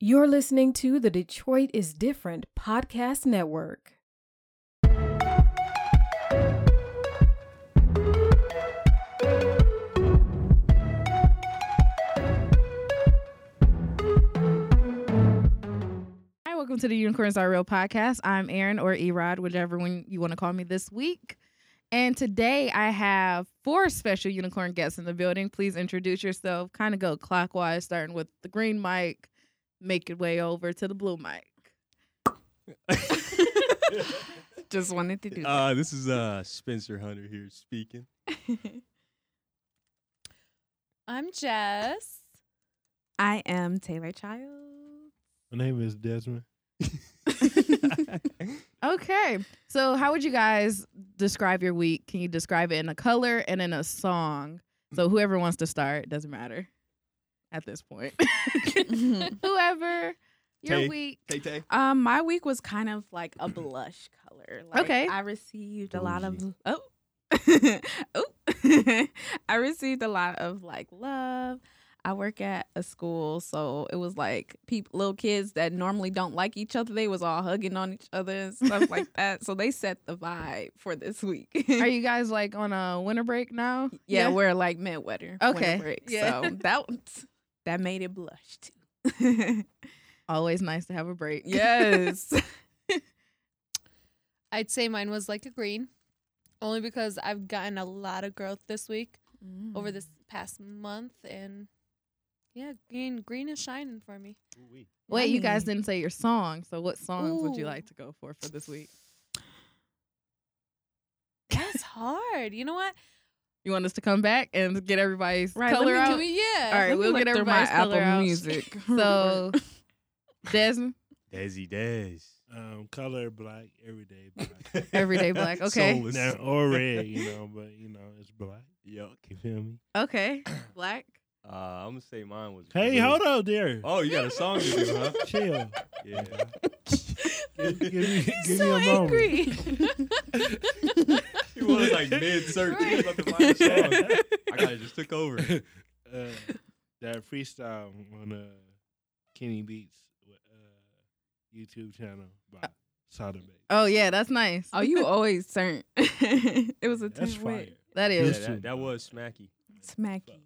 You're listening to the Detroit is Different Podcast Network. Hi, welcome to the Unicorns Are Real podcast. I'm Aaron or Erod, whichever one you want to call me this week. And today I have four special unicorn guests in the building. Please introduce yourself. Kind of go clockwise, starting with the green mic, make your way over to the blue mic. Just wanted to do that. Uh, this is uh, Spencer Hunter here speaking. I'm Jess. I am Taylor Child. My name is Desmond. Okay, so how would you guys describe your week? Can you describe it in a color and in a song? So whoever wants to start doesn't matter at this point. whoever your Tay. week. Tay Tay. Um, my week was kind of like a blush color. Like, Okay. I received a lot of Bougie. oh oh. I received a lot of like love. I work at a school, so it was like people, little kids that normally don't like each other. They was all hugging on each other and stuff like that. So they set the vibe for this week. Are you guys like on a winter break now? yeah, we're like midwinter. winter Okay. break, Yeah. So that that made it blush too. Always nice to have a break. yes. I'd say mine was like a green, only because I've gotten a lot of growth this week Mm. over this past month, and yeah, green green is shining for me. Wait, you guys Nice. didn't say your song. So what songs would you Ooh. like to go for for this week? That's hard. You know what? You want us to come back and get everybody's Right, let color me out? Can we- yeah. All right, Let me we'll look get through my everybody's color Apple out. Music. So, Desmond, Desi Des. Um, color black, everyday black. Everyday black, okay. Soulless. now, or red, you know, but you know, it's black. Yuck. You feel me? okay, black. Uh, I'm gonna say mine was. Hey, blue. hold on there. Oh, you got a song to do, huh? Chill. Yeah. Give, give me, give He's me so a moment. angry. He was like mid circuit. about to find a song. I kind of just took over. uh, that freestyle on uh, Kenny Beats uh, YouTube channel by Sada Bay. Oh yeah, that's nice. oh, you always turn. it was a turn That's fire. wit. That Yeah, is. This- that, that was smacky. Smacky.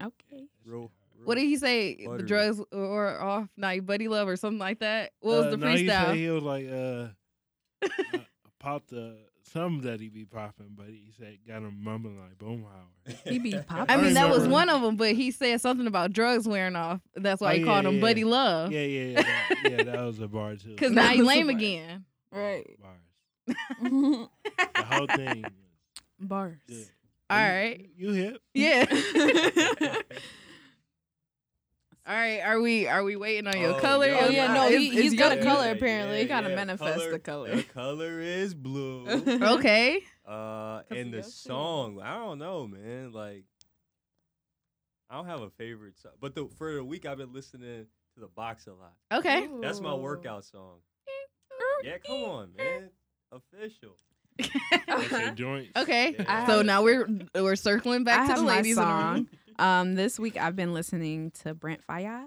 Okay. Real. real. What did he say? The Buttery. drugs were off, now you buddy love or something like that. What was Uh, the no, He, said freestyle? he was like, uh, uh popped the some that he be popping, but he said got him mumbling like Boomhauer. He be popping. I mean, that was remember. one of them, but he said something about drugs wearing off. That's why Oh, he yeah, called yeah, him yeah. Buddy Love. Yeah, yeah, yeah, that, yeah. That was a bar too. Cause That now he was lame like- again. Right. Bars. The whole thing. was Bars. good. All You- right. You hip? Yeah. All right. Are we are we waiting on your Oh, color? yeah. Oh, yeah, no, he- he's got a your- color, apparently. He gotta manifest the color. The color is blue. Okay. Uh, and he the got you. song, I don't know, man. Like, I don't have a favorite song, but the, for the week I've been listening to the box a lot. Okay. That's my workout song. Yeah, come on, man. Official. That's your joints. Okay. Yeah. So now we're we're circling I back to have the my ladies in the room. song. Um, this week I've been listening to Brent Fayaz.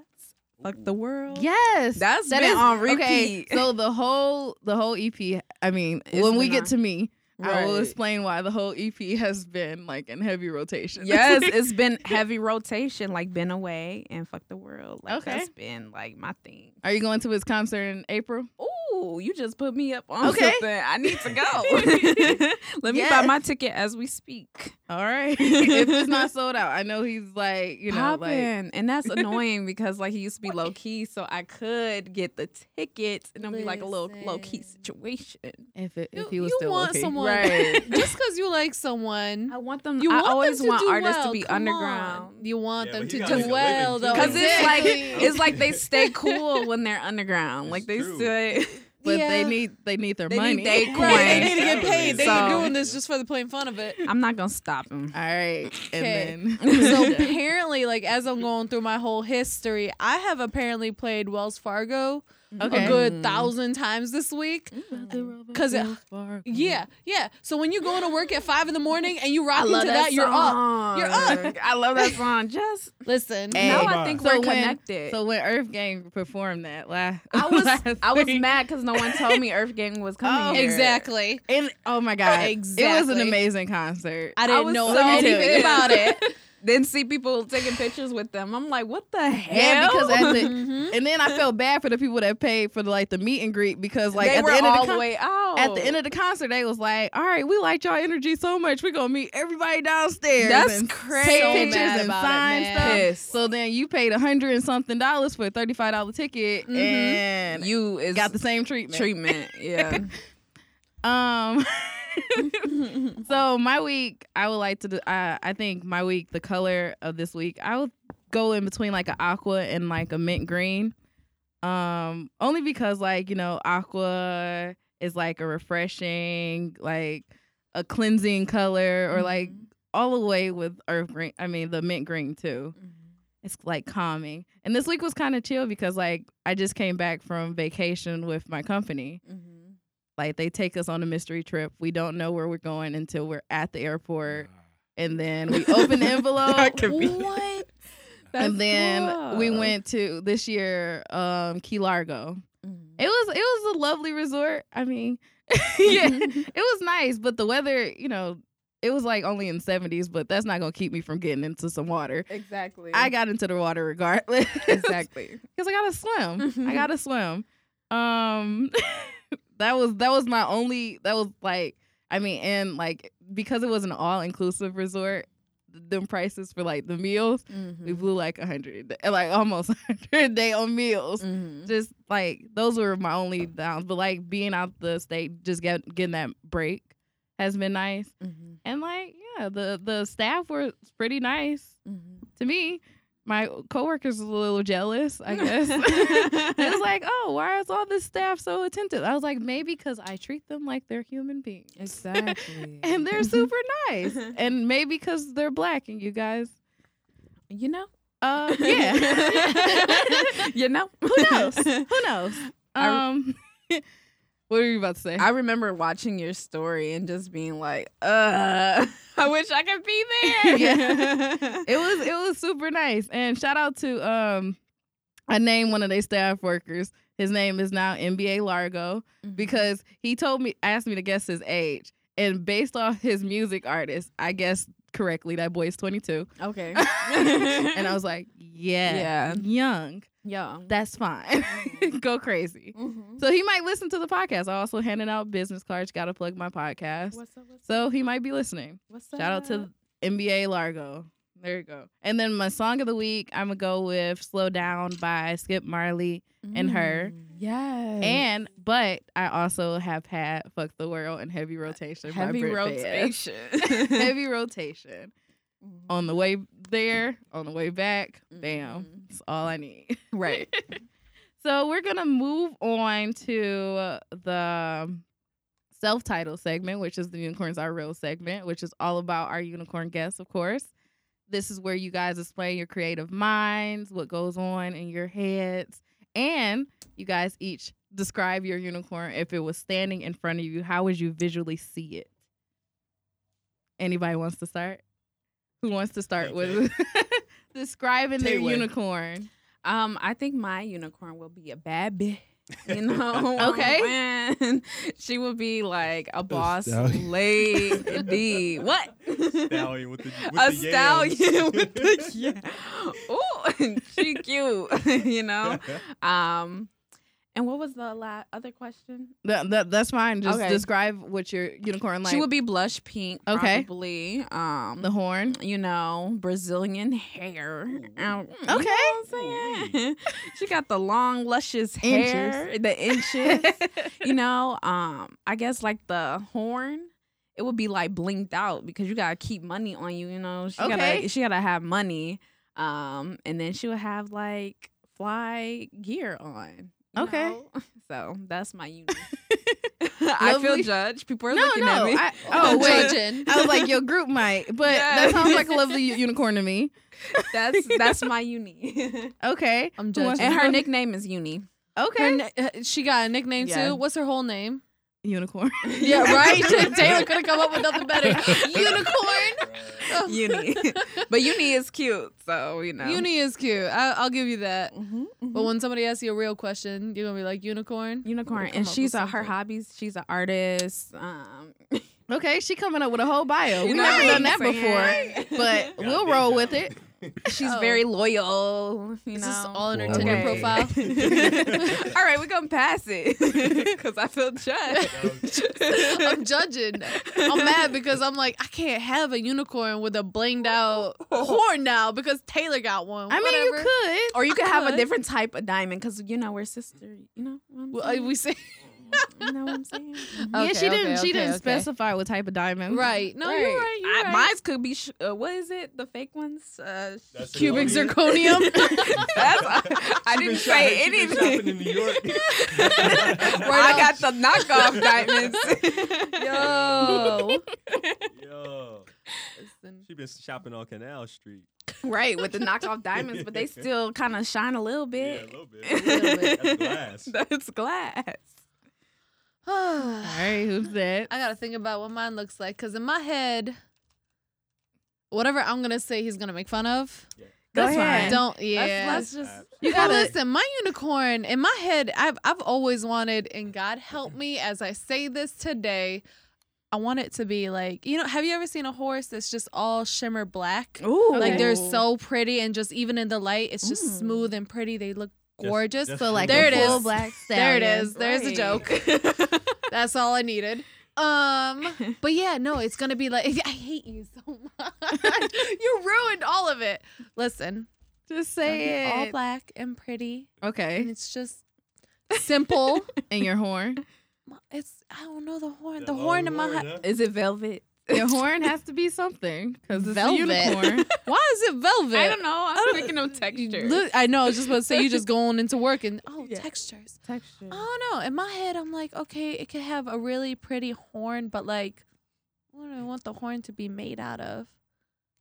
Fuck the world. Yes. That's that been is- on Okay. repeat. So the whole the whole EP. I mean, It's when we been get on- to me, I will Right. explain why the whole EP has been like in heavy rotation. Yes, it's been heavy rotation, like been away and fuck the world. Like Okay. that's been like my thing. Are you going to his concert in April? Ooh, you just put me up on Okay. something. I need to go. Let me buy my Yes. ticket as we speak. All right. if it's not sold out, I know he's like you know like Poppin'. and that's annoying because like he used to be low key, so I could get the tickets and it'll be like a little low key Listen. situation. if it, You, if he was you still want okay. someone Right. just because you like someone. I want them. You I want always them to want do artists well. to be Come underground. On. You want Yeah, them but he to gotta make do a well, living, though. too. Because it's like Exactly. it's like they stay cool when they're underground. like It's they true. stay. but they Yeah. need they need their They money. need they Right, they coin. need to get paid. They've So- been doing this just for the plain fun of it. I'm not gonna stop him. All right, and So then apparently, like as I'm going through my whole history, I have apparently played Wells Fargo Okay. Mm. a good Mm. thousand times this week. Cause it, yeah, yeah. So when you go to work at five in the morning and you rock I into love that, that. you're up. Oh. You're You're up. Oh, I love that song. Just Listen, Hey. now, Bye. I think So we're when- connected. so when Earth Gang performed that last, I was last I was week- mad because no one told me Earth Gang was coming. Oh, here. exactly. And oh my god, it was an Exactly. amazing concert. I didn't was know so anything confused. about it. Then see people taking pictures with them. I'm like, what the hell? Yeah, because at the Mhm. and then I felt bad for the people that paid for the, like the meet and greet because like they at were the end of all the, the con- way out. at Oh. the end of the concert they was like, all right, we liked y'all energy so much, we're gonna meet everybody downstairs. That's and crazy. Take So pictures mad and about it, sign man. stuff. Piss. So then you paid a hundred and something dollars for a thirty five dollar ticket Mhm. and you you is got the same treatment. treatment. Yeah. Um. so my week, I would like to. do- I I think my week, the color of this week, I would go in between like an aqua and like a mint green. Um, only because like you know, aqua is like a refreshing, like a cleansing color, or like Mm-hmm. all the way with earth green. I mean, the mint green too. It's like calming. And this week was kind of chill because like I just came back from vacation with my company. Mm-hmm. Like they take us on a mystery trip. We don't know where we're going until we're at the airport, and then we open the envelope. What? and then we went to this year um, Key Largo. It was it was a lovely resort. I mean, yeah, Mm-hmm. it was nice, but the weather, you know, it was like only in seventies, but that's not gonna keep me from getting into some water. exactly. I got into the water regardless. exactly. because I gotta swim. I Mhm. gotta swim. Um, that was that was my only. That was like I mean, and like because it was an all inclusive resort, them prices for like the meals, Mm-hmm. we blew like a hundred, like almost a hundred a day on meals. Mm-hmm. Mm-hmm. Just like those were my only downs, but like being out the state, just get, getting that break has been nice. Mm-hmm. And like yeah, the the staff were pretty nice Mm-hmm. to me, my coworkers was a little jealous, I guess. it was like, oh, why is all this staff so attentive? I was like, maybe because I treat them like they're human beings. Exactly. And they're super nice. And maybe because they're black and you guys, you know. uh, yeah. you know. Who knows? Who knows? I re- Um, what were you about to say? I remember watching your story and just being like, uh, I wish I could be there. Yeah. it was it was super nice. And shout out to um, I named one of their staff workers. His name is now NBA Largo. because he told me asked me to guess his age and based off his music artist i guessed correctly that boy is 22 okay. and i was like yeah, Yeah. young yeah. that's fine go crazy Mm-hmm. so he might listen to the podcast i also handed out business cards gotta plug my podcast What's up? What's so he might be listening What's shout out to nba largo there you go and then my song of the week i'm gonna go with slow down by skip marley and her. Mm, Yes. And but I also have had "Fuck the World" and "Heavy Rotation." by heavy Brit rotation. Fayez. heavy rotation on the way there, on the way back. Mm. Bam, Mhm. that's all I need. Right. So we're gonna move on to the self-titled segment, which is the unicorns are real segment, which is all about our unicorn guests, of course. This is where you guys explain your creative minds, what goes on in your heads, and you guys each describe your unicorn. If it was standing in front of you, how would you visually see it? Anybody wants to start? Who wants to start with describing their Taylor. unicorn? Um, I think my unicorn will be a baby. You know, Okay. and she will be like a boss stallion. lady. what? Stallion with the with a the yams. stallion with the yeah. Ooh, she cute. You know. Um, and what was the la- other question? That, that that's fine. Just Okay. describe what your unicorn like. she would be blush pink, Okay. probably. Um, the horn. you know, Brazilian hair. Um, you know Okay. what I'm saying? she got the long, luscious Inches. hair, the inches. you know, um, I guess like the horn, it would be like blinked out because you gotta keep money on you. You know, she Okay. gotta she gotta have money. Um, and then she would have like fly gear on. you Okay. know? So that's my uni. I feel Lovely- judged. People are no, looking no. at me. I, oh wait. Judging. I was like, your group might, but that Yes. sounds like a lovely u- unicorn to me. that's that's my uni. Okay. I'm Who wants judging. and to her go- nickname is Uni. Okay. Um, Her ni- uh, she got a nickname Yeah. too. What's her whole name? unicorn. Yeah, right. Taylor could have come up with nothing better. Unicorn. Uni. but Uni is cute, so you know. Uni is cute. I, I'll give you that. Mm-hmm, Mhm, mhm. But when somebody asks you a real question, you're gonna be like unicorn. Unicorn, Come and up with she's a, her something. hobbies. She's an artist. Um, Okay, she coming up with a whole bio. We know never what done I'm that saying? before, but we'll roll with it. she's Oh. very loyal. You Is know, this all in her Wow. Tinder Okay. profile? all right, we're gonna pass it because I feel judged. I'm judging. I'm mad because I'm like, I can't have a unicorn with a blinged out horn now because Taylor got one. I mean, Whatever. you could. or you could I have a could. different type of diamond because you know we're sister. You know, what I'm Well, I- saying? we say you know what I'm saying. Mhm. Okay, yeah, she didn't. okay, she okay, didn't okay. specify what type of diamond. right. No, Oh, you're right. You're I- right. Mine's could be sh- uh, what is it? The fake ones? Uh, That's the cubic one. zirconium. That's, I She been didn't say shopping- she been shopping in anything. New York. I got the knockoff diamonds. Yo. Yo, she been shopping on Canal Street. right, with the knockoff diamonds, but they still kind of shine a little Yeah, a bit. little bit. little bit. That's glass. That's glass. All right. Who's that? I gotta think about what mine looks like because in my head, whatever I'm gonna say, he's gonna make fun of. Go That's ahead. fine. Don't yeah. Let's, let's just. you gotta- gotta listen. My unicorn in my head, I've I've always wanted, and God help me as I say this today. I want it to be like you know. Have you ever seen a horse that's just all shimmer black? Ooh, Like they're Ooh. so pretty, and just even in the light, it's just Mm. smooth and pretty. They look gorgeous. just So like There a it full is. black there stallion. it is. There's a joke. That's all I needed. Um, but yeah, no, it's gonna be like I hate you so much. you ruined all of it. Listen, Just it'll be say all it. black and pretty, and Okay. it's just simple. And your horn. It's I don't know the horn, The the, horn in my horn, head. huh? Is it velvet? Your horn has to be something because it's Velvet. a unicorn. Oh, Why is it velvet? I don't know. I'm thinking of texture. Look, I know. I was just about to say you just going into work and oh Yeah. textures. texture. I don't know. In my head, I'm like, okay, it could have a really pretty horn, but like, what do I want the horn to be made out of?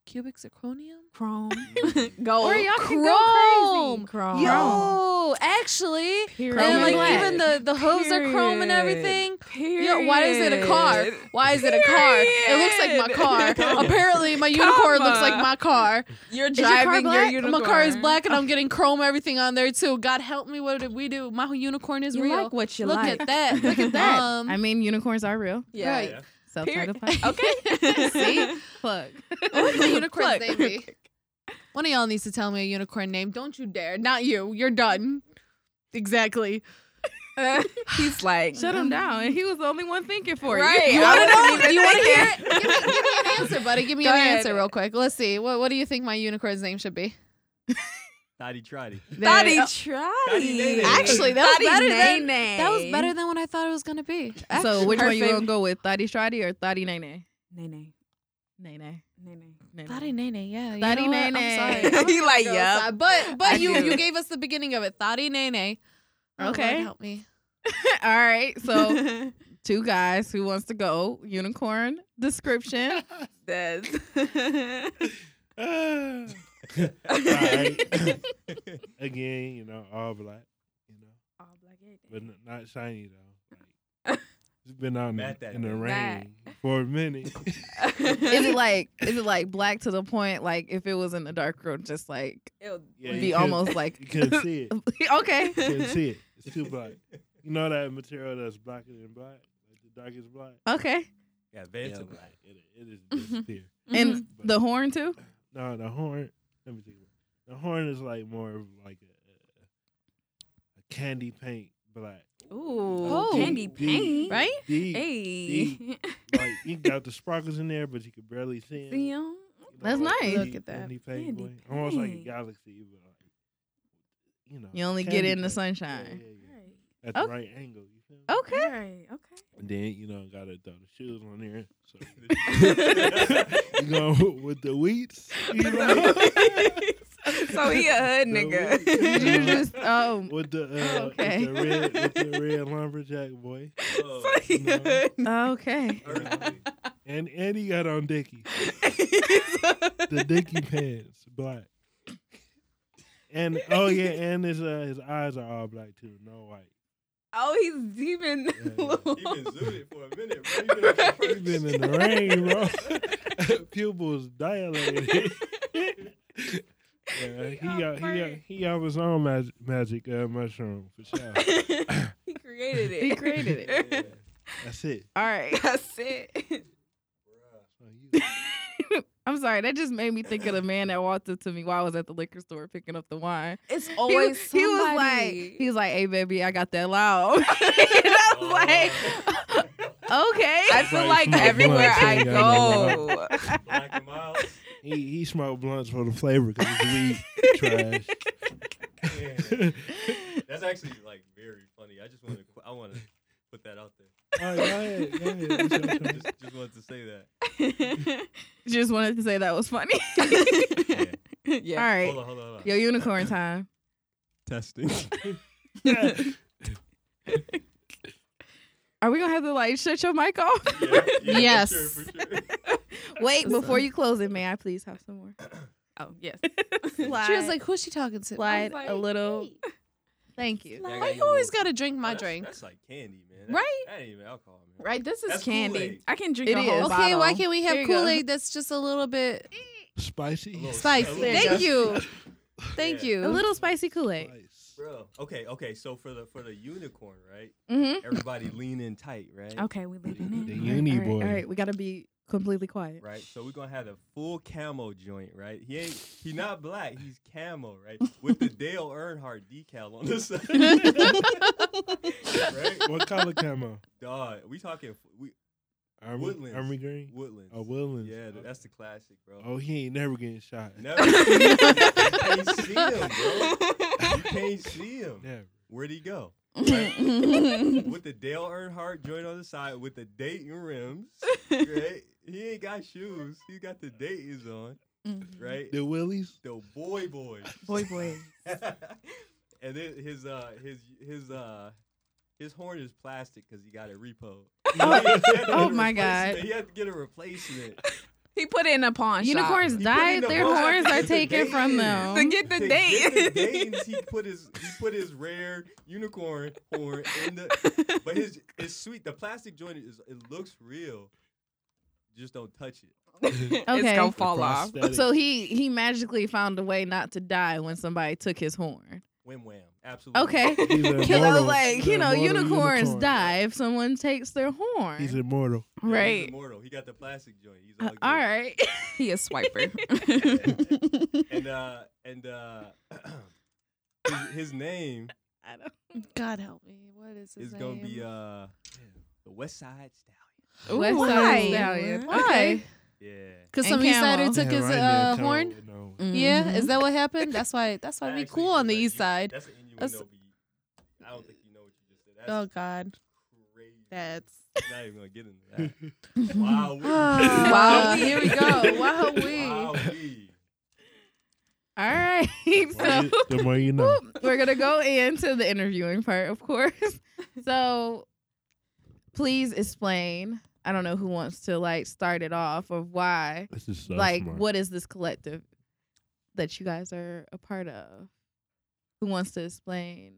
Cubic zirconium? Chrome. Gold. Or y'all can go Oh, Chrome. crazy. Chrome. Yo, actually, Period. Chrome and like black. even the the hooves are chrome Period. and everything. Yo, why is it a car? Period. Why is it a car? It looks like my car. Comma. Apparently, my unicorn looks like Comma. my car. You're Is your car driving your, black? unicorn. My car is black, and I'm getting chrome everything on there too. God help me, what did we do? My unicorn is You real. like what you Look like. at that. Look at that. That- Um, Oh. I mean, unicorns are real. Yeah. Right. So Period. the pipe. Okay. See, plug. my unicorn's Look. name be? One of y'all needs to tell me a unicorn name. Don't you dare. Not you. You're done. Exactly. He's like, Shut him down. And he was the only one thinking for Right. you. You I want to wasn't know? even You want to hear it? thinking. Give me, give me an answer, buddy. Give me Go an ahead. answer real quick. Let's see. What What do you think my unicorn's name should be? Toddy Trotty. Thotty There- Oh. Thotty Trotty. Nene. Actually, that was Thotty better than Nene. that was better than what I thought it was gonna be. So Actually, which one you Perfect. gonna go with, Thotty Strotty or Thotty Nene? Nene. Nene. Nene. Nene. Thotty Nene, yeah. You Thotty know what? Nene. I'm sorry. I'm He a like, girl, yup. so- But but I you do. you gave us the beginning of it. Thotty Nene. Oh, Lord, Okay. help me. All right. So two guys who wants to go unicorn description. That's. Ah. Alright. Again, you know, all black, you know, but n- not shiny though. Like, it's been out in, Matt that in the bad. rain for a minute. Is it like is it like black to the point like if it was in the dark room just like Yeah, you be couldn't- almost like you couldn't see it. You okay. couldn't see it. It's too black. You know that material that's blacker than black, like the darkest black. Okay. Yeah, Yeah, Vanta but Black. It, it is disappear. And the horn too? No, the horn. Let me think. About it. The horn is like more of like a, a candy paint black. Ooh, Oh, candy deep, paint, deep, Deep, Hey, like you got the sparkles in there, but you could barely see 'em. see You 'em? know, That's like nice. candy- Look at that. Candy paint, Candy boy. Almost like a paint. galaxy, but like you know, You only get candy it in the paint. sunshine. Yeah, yeah, Right. yeah. At the Okay. right angle. You feel me? Okay. Right, okay. And then you know, gotta throw the shoes on there. So The- you know, with the wheats. You know? so he uh, a hood No, nigga. we- Did you just oh with the uh, Okay. with the red with the red lumberjack boy, Oh, so he a hood okay. earthly. and and he got on Dickie nigga. the Dickie pants, black. And oh yeah, and his uh, his eyes are all black too, no white. oh, he's demon. yeah. He been zooted for a minute. Bro. He been, at the He been first. in the rain, bro. Pupils dilated. Yeah, he uh, he uh, he out his own magic, magic uh, mushroom for sure. he created it. He created it. Yeah, That's it. All right. That's it. bruh. So you- I'm sorry. That just made me think of the man that walked up to me while I was at the liquor store picking up the wine. It's He, always was- he was like, somebody. he was like, "Hey, baby, I got that loud." and I was like, "Okay." I feel Right, like smoke everywhere blunts, I ain't got no go, Black and mild. He he smoked blunts for the flavor because weed trash. Yeah. That's actually like very funny. I just want to. I want to put that out there. All right, go ahead, go ahead. It's your turn. Just, just wanted to say that. Just wanted to say that was funny. Yeah. All yeah. right, Hold on, hold on, hold on. yo, unicorn time. Testing. Yeah. Are we gonna have to like shut your mic off? Yeah, yeah, Yes. for sure, for sure. Wait, before you close it, may I please have some more? Oh yes. Slide, She was like, "Who's she talking to?" slide I was a like, little. Thank you. Yeah, I Why got you you a always little- got to drink my That's- drink? That's like candy, man. That- Right? That ain't even alcohol, man. Right. This is That's candy. Kool-Aid. I can drink It a whole is. Okay, why bottle. can't we There have you go. Kool Aid that's just a little bit A Spicy. little- spicy? a little There Thank spicy. you, thank Yeah. you. A little spicy Kool Aid. Spice. Bro. Okay, okay. So for the for the unicorn, right? Mm-hmm. Everybody lean in tight, right? Okay, we leaving The it. uni boy. All right, we gotta be completely quiet. Right? So we're gonna have a full camo joint, right? He ain't he not black, he's camo, right? With the Dale Earnhardt decal on the side. right? What color camo? Dog, we talking we Army, Woodlands. Army green. woodlands. Oh, Woodlands. Yeah, th- that's the classic, bro. Oh, he ain't never getting shot. Never you can't see him, bro. You can't see him. Never. Where'd he go? Right. with the Dale Earnhardt joint on the side with the Dayton rims. Right? he ain't got shoes. He got the Dayton's on. Right? The Willies. The boy boy. Mm-hmm. Boy, boy. and then his uh his his uh his horn is plastic because he got it repo. Oh my God. He had to get a replacement. He put it in a pawn Unicorns shop. put die; in the their box horns are because they taken from dated. to them. get the To date. get the Dayton's, he put his he put his rare unicorn horn in the But his it's sweet. The plastic joint is it looks real. Just don't touch it. Okay. It's gonna fall off. Prosthetic. So he he magically found a way not to die when somebody took his horn. Wham wham. Absolutely. Okay, He's an because I immortal. was like, He's you an know, immortal unicorns unicorn. die if someone takes their He's horn. immortal. Yeah, he's right. immortal. He got the plastic joint. He's Uh, all, all good. right. He a swiper. and uh and uh his, his name I don't- God help me. What is his is gonna name? be uh the West Side Stallion. West Why? Side Stallion. Why? Okay. Yeah. Because And somebody said Camel. he took Yeah, his right uh, there, tell horn. him, no. Yeah, Mhm. is that what happened? That's why. That's why That we actually cool is on the a- east side. That's an innuendo. That's- be- I don't think you know what you just said. That's Oh God, crazy. that's You're not even gonna get into that. wow. Wow, here we go. Wow, we. All right. The more So you- the more you know. we're gonna go into the interviewing part, of course. So please explain. I don't know who wants to like start it off of why. This is so like smart. what is this collective that you guys are a part of? Who wants to explain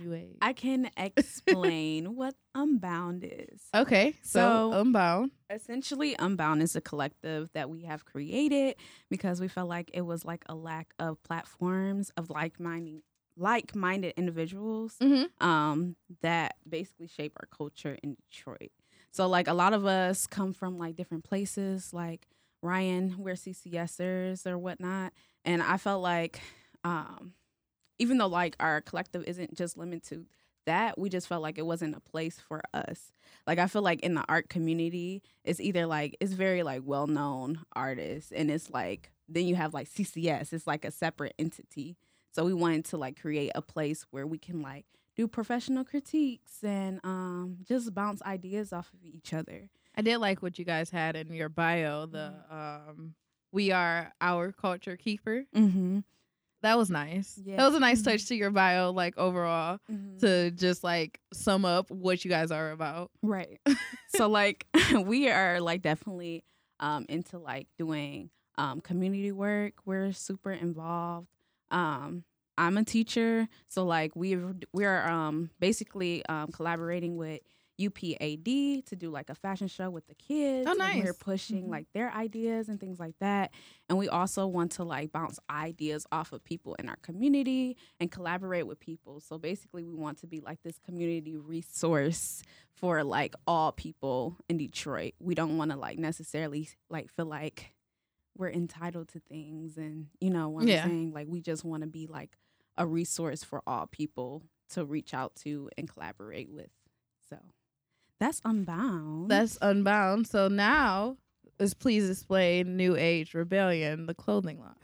New Age? I can explain what Unbound is. okay, so, So- Unbound. Essentially, Unbound is a collective that we have created because we felt like it was like a lack of platforms of like-minded like-minded individuals Mhm. um, that basically shape our culture in Detroit. So like a lot of us come from like different places, like Ryan, we're CCSers or whatnot, and I felt like um, even though like our collective isn't just limited to that, we just felt like it wasn't a place for us. Like I feel like in the art community, it's either like it's very like well known artists, and it's like then you have like CCS, it's like a separate entity. So we wanted to like create a place where we can like do professional critiques and um, just bounce ideas off of each other. I did like what you guys had in your bio. The um, We are our culture keeper. Mm-hmm. Mm-hmm. That was nice. Yeah. That was a nice touch to your bio, like overall, Mm-hmm. to just like sum up what you guys are about. Right. so like we are like definitely um into like doing um community work. We're super involved. Um I'm a teacher, so like we we are um basically um collaborating with UPAD to do like a fashion show with the kids. Oh, And we're nice. pushing Mhm. like their ideas and things like that. And we also want to like bounce ideas off of people in our community and collaborate with people. So basically, we want to be like this community resource for like all people in Detroit. We don't want to like necessarily like feel like we're entitled to things and you know what Yeah. I'm saying? Like we just want to be like a resource for all people to reach out to and collaborate with. So that's unbound. That's Unbound. So now is please explain New Age Rebellion, the clothing line.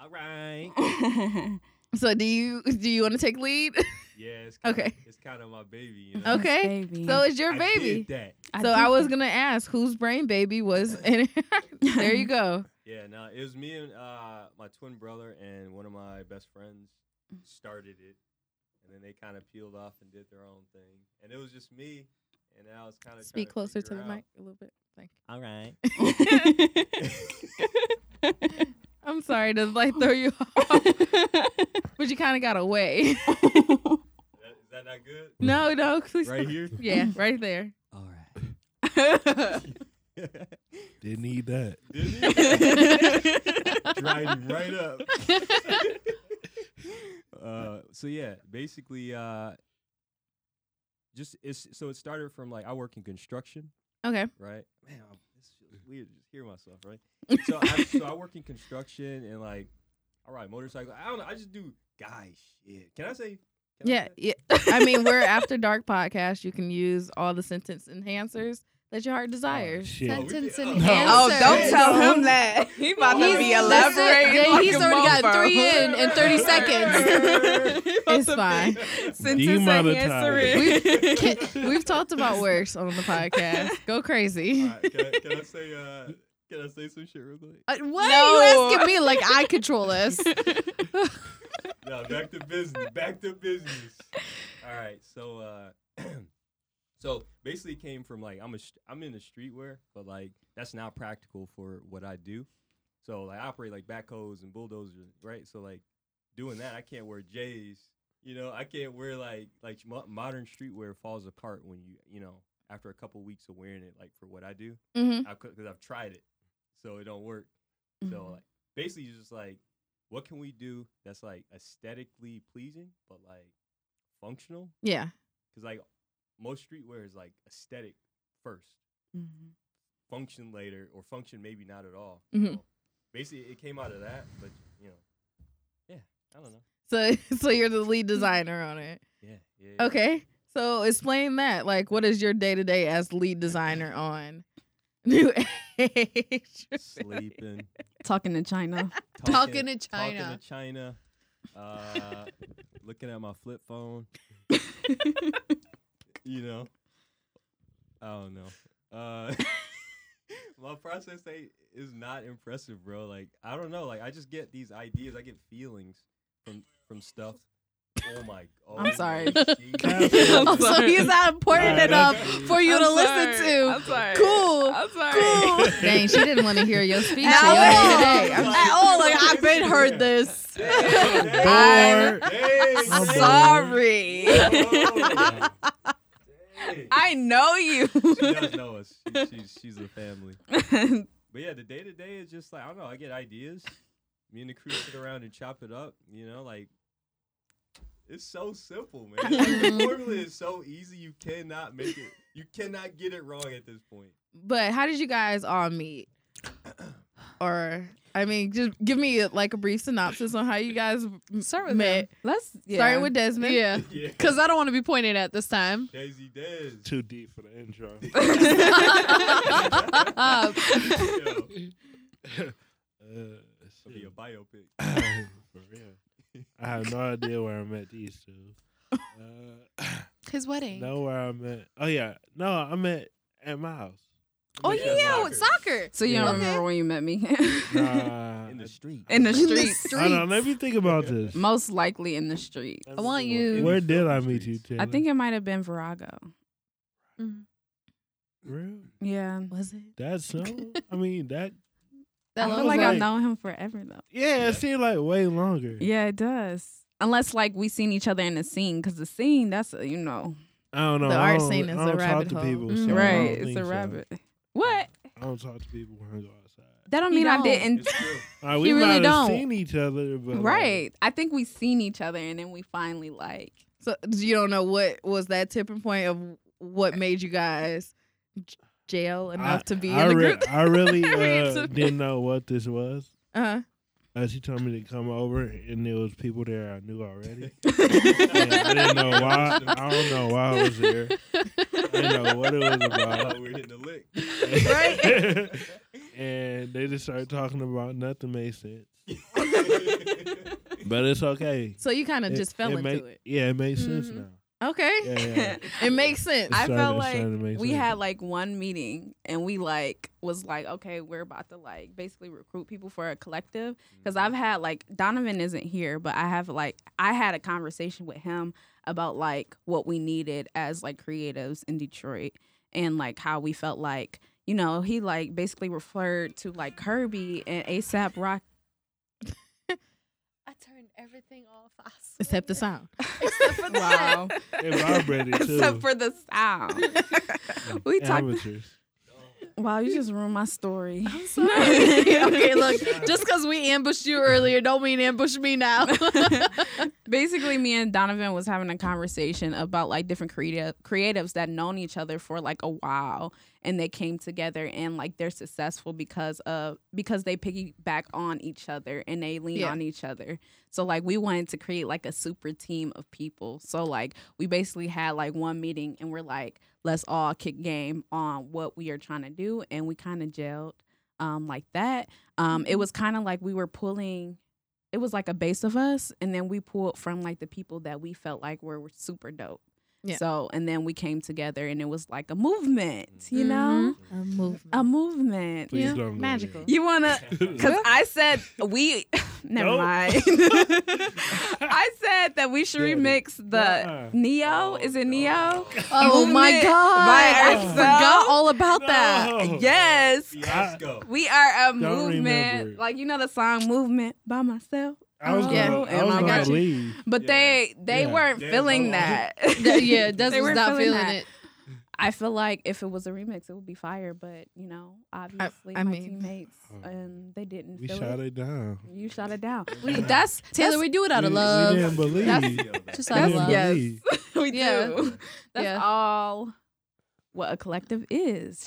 All right. So do you do you want to take lead? Yeah, it's kinda, Okay. It's kind of my baby. You know? Okay. Baby. so it's your I baby. Did that. so I did was that. gonna ask whose brain baby was in it. there you go. Yeah, no, it was me and uh, my twin brother and one of my best friends started it, and then they kind of peeled off and did their own thing, and it was just me, and I was kind of Speak closer to the mic a little bit. Thank All right. you. I'm sorry to like throw you off, but you kind of got away. Is that not good? no, no, please. Right here. Yeah, right there. All right. Didn't need that. Driving right up. uh, so yeah, basically, uh, just it's so it started from like I work in construction. Okay. right? Man, I'm, this feels weird. to Just hear myself, right? So I, so I work in construction and like, all right, motorcycle. I don't know. I just do guy shit. Can I say? Can Yeah, I yeah. I mean, we're after dark podcast. You can use all the sentence enhancers that your heart desires. Shit. Oh, we Sentence did- enhancer. Oh, don't tell No. him that. He about to He's- be that's it. elaborating. Yeah, like he's a already got mofo. three in in 30 seconds. He about It's to be- fine. Sentence Demonetized. answering. We've talked about worse on the podcast. Go crazy. All right, can, I, can I say? Uh, can I say some shit real quick? Uh, what Why you are you asking me like I control this? no, back to business. Back to business. All right. So, uh, so basically, it came from like I'm a sh- I'm in the streetwear, but like that's not practical for what I do. So like I operate like backhoes and bulldozers, right? So like doing that, I can't wear J's. You know, I can't wear like like mo- modern streetwear falls apart when you you know after a couple weeks of wearing it like for what I do Mhm. because I've tried it, so it don't work. So Mhm. like basically, you're just like, what can we do that's like aesthetically pleasing but like functional? Yeah. Because like most streetwear is like aesthetic first, function later, or function maybe not at all. Mhm. So basically, it came out of that, but you know, yeah, I don't know. So so you're the lead designer on it. Yeah. yeah yeah. Okay. So explain that. Like, what is your day to day as lead designer on New Age? Sleeping, Talking to China. Talking to talking China. to China, uh, looking at my flip phone. you know, I don't know. Uh, my process ain't, is not impressive, bro. Like I don't know. Like I just get these ideas. I get feelings from from stuff. Oh my! Oh I'm sorry. my Jesus. Cancel. Oh, so he's not important Alright, enough that's- for you I'm to listen sorry. to. I'm sorry. Cool. I'm sorry. Cool. Dang, she didn't want to hear your speech. At so y'all all. did today. I'm- At all. Like I've been heard this. Dang, Bored. dang, I'm dang. Sorry. Oh, dang. I know you. she does know us. She, she's she's a family. But yeah, the day to day is just like I don't know. I get ideas. Me and the crew sit around and chop it up. You know, like it's so simple, man. Like, the Mm-hmm. formula is so easy. You cannot make it. You cannot get it wrong at this point. But how did you guys all meet? Or I mean, just give me like a brief synopsis on how you guys m- Start with met. Let's yeah. Starting with Desmond. Yeah. Yeah, Because I don't want to be pointed at this time. Daisy Dez. Too deep for the intro. Stop. Yo, Uh, It'll be a biopic. for real. I have no idea where I met these two. Uh, His wedding. know where I met. Oh yeah, no, I met at my house. Oh Because yeah, soccer. with soccer. So you don't Yeah. remember when you met me? Nah. in the street. in the In the streets. street. Hold on, let me think about this. Most likely in the street. I want you- Where did I meet you, Taylor? I think it might have been Virago. Real? Yeah. Was it? That song? I mean, that. That I looks feel was like, I've like- known him forever though. Yeah, it seemed like way longer. Yeah, it does. Unless like we seen each other in the scene, because the scene that's uh, you know I don't know. The I art don't- scene is I a don't rabbit talk hole. to people. Mm. so I Mm-hmm. don't right, it's think a so. rabbit. What? I don't talk to people when I go outside. That don't He mean I don't. didn't. It's true. All right, He we really might don't. have seen each other, but like, Right. I think we seen each other and then we finally like So you don't know what was that tipping point of what made you guys j- jail enough to be I in the re- group? I really It's uh, okay. didn't know what this was. Uh-huh. Uh, she told me to come over, and there was people there I knew already. And I didn't know why. I don't know why I was there. I didn't know what it was Wow, about. we're hitting the lick. and they just started talking about nothing made sense. But it's okay. So you kind of just fell into make- it. Yeah, it makes sense Mhm. now. Okay. Yeah, yeah. It makes sense. I started- felt it like started to make we sense. had like one meeting and we like was like okay we're about to like basically recruit people for a collective because I've Mm-hmm. had like Donovan isn't here but I have like I had a conversation with him about like what we needed as like creatives in Detroit and like how we felt like you know he like basically referred to like Kirby and ASAP Rock I turned everything off. I swear. Except the sound. Except for the wow It vibrated too. except for the sound we talked Amateurs. wow you just ruined my story I'm sorry. okay, look, just because we ambushed you earlier, don't mean ambush me now. basically me and donovan was having a conversation about like different creative creatives that known each other for like a while and they came together and like they're successful because of because they piggyback on each other and they lean Yeah. on each other so like we wanted to create like a super team of people so like we basically had like one meeting and we're like let's all kick game on what we are trying to do and we kind of gelled um like that um Mm-hmm. it was kind of like we were pulling it was like a base of us and then we pulled from like the people that we felt like were, were super dope Yeah. so and then we came together and it was like a movement you Mhm. know Mm-hmm. A movement. a movement Please Yeah. don't go there. Magical. you wanna because I said we never Nope. mind I said that we should Daddy. remix the Nuh-uh. Neo Oh, is it no. Neo oh Movement my god, by I ourselves? forgot all about that. No. yes Fiasco. we are a Oh. Don't movement remember it. like you know the song movement by myself I was Oh, gonna, yeah. I Am was I gonna got you? leave. But Yeah. they they Yeah. weren't There's feeling a lot. that. Th- yeah, Des They was weren't not feeling that. it. I feel like if it was a remix, it would be fire. But you know, obviously I my mean- teammates Oh. and they didn't We feel shot it. it down. You shot it down. We- that's Taylor, we do it out of We- we love. didn't believe. Just We out of didn't love. Yeah. believe. that's, we Yeah. do. That's Yeah. all what a collective is.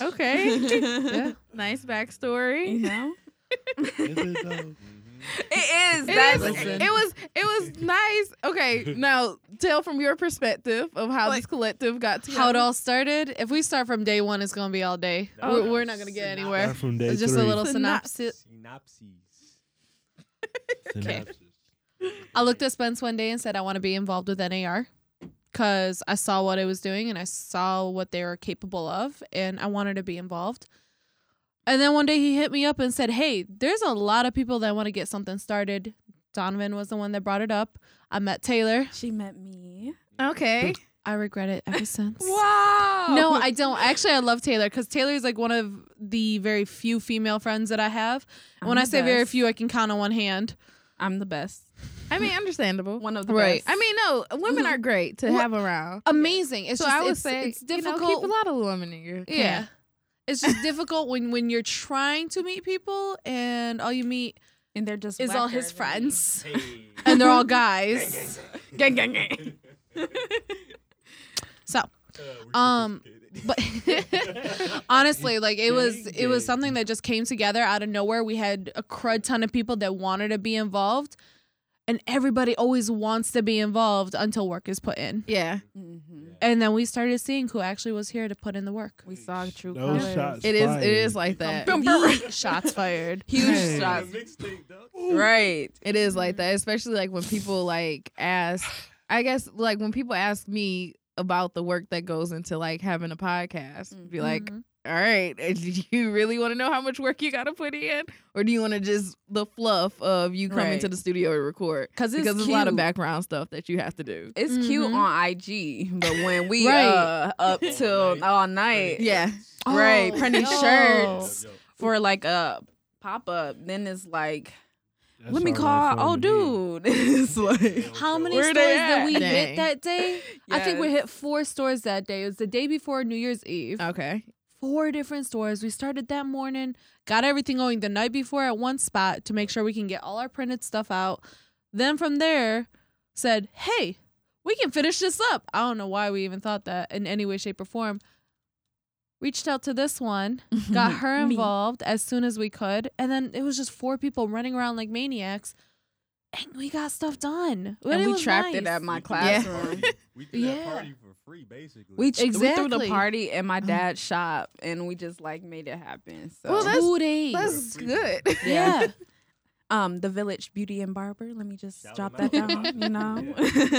Okay. Yeah. Nice You backstory. know, Is it though? it is. It, That's is, Listen. it was it was nice. Okay, now tell from your perspective of how Like, this collective got together. How it all started. If we start from day one, it's gonna be all day. Oh, No, we're, no, we're not gonna get synopsis. anywhere. Not from day It's just a three. little Synopsis. synopsis. Synopses. Synopsis. I looked at Spence one day and said I want to be involved with NAR because I saw what it was doing and I saw what they were capable of and I wanted to be involved. And then one day he hit me up and said, Hey, there's a lot of people that want to get something started. Donovan was the one that brought it up. I met Taylor. She met me. Okay. I regret it ever since. Wow. No, I don't. Actually, I love Taylor because Taylor is like one of the very few female friends that I have. And when I'm I the say very best. few, I can count on one hand. I'm the best. I mean, understandable. One of the Right. I best. mean, no, women are great to Wha- have around. Amazing. It's so just Mm-hmm. I would it's, say it's you know, difficult. keep a lot of women in your Yeah. camp. It's just difficult when when you're trying to meet people and all you meet and they're just is all whacker his than me. friends Hey. and they're all guys. gang, gang, gang. So, Uh, we're Um, sophisticated. but honestly, like it was it was something that just came together out of nowhere. We had a crud ton of people that wanted to be involved and everybody always wants to be involved until work is put in. Yeah. Mhm. And then we started seeing who actually was here to put in the work. we saw true Those colors. shots It is it is like fired. that. The shots fired. Huge Hey. shots. Mixtape, dog. Right. It is like that, especially like when people like ask. I guess Mm-hmm. like when people ask me about the work that goes into like having a podcast, be like, all right, do you really want to know how much work you got to put in? Or do you want to just the fluff of you coming Right. to the studio to record? Cause it's because there's a lot of cute. background stuff that you have to do. It's cute Mm-hmm. Mhm. on IG, but when we Right. uh, up All till night. all night, Yeah. right, Oh, printing no. shirts for like a pop up, then it's like, That let me sound call. like fun Oh, to me. dude, it's like How many Where stores they did at? we Dang. hit that day? I think we Yes. Oh. hit four stores that day. It was the day before New Year's Eve. Okay. Four different stores. We started that morning, got everything going the night before at one spot to make sure we can get all our printed stuff out. Then from there, said, hey, we can finish this up. I don't know why we even thought that in any way, shape, or form. Reached out to this one, got her Me. involved as soon as we could. And then it was just four people running around like maniacs. And we got stuff done. But And we was trapped it nice. at my Yeah. classroom. We did that Yeah. party for free, basically. We, ch- we threw Exactly. the party in my dad's shop, and we just like made it happen. So, Uh-huh. Well, that's- two days. That's Free. good. yeah. um, the Village Beauty and Barber. Let me just Shout drop them that out. down. You know,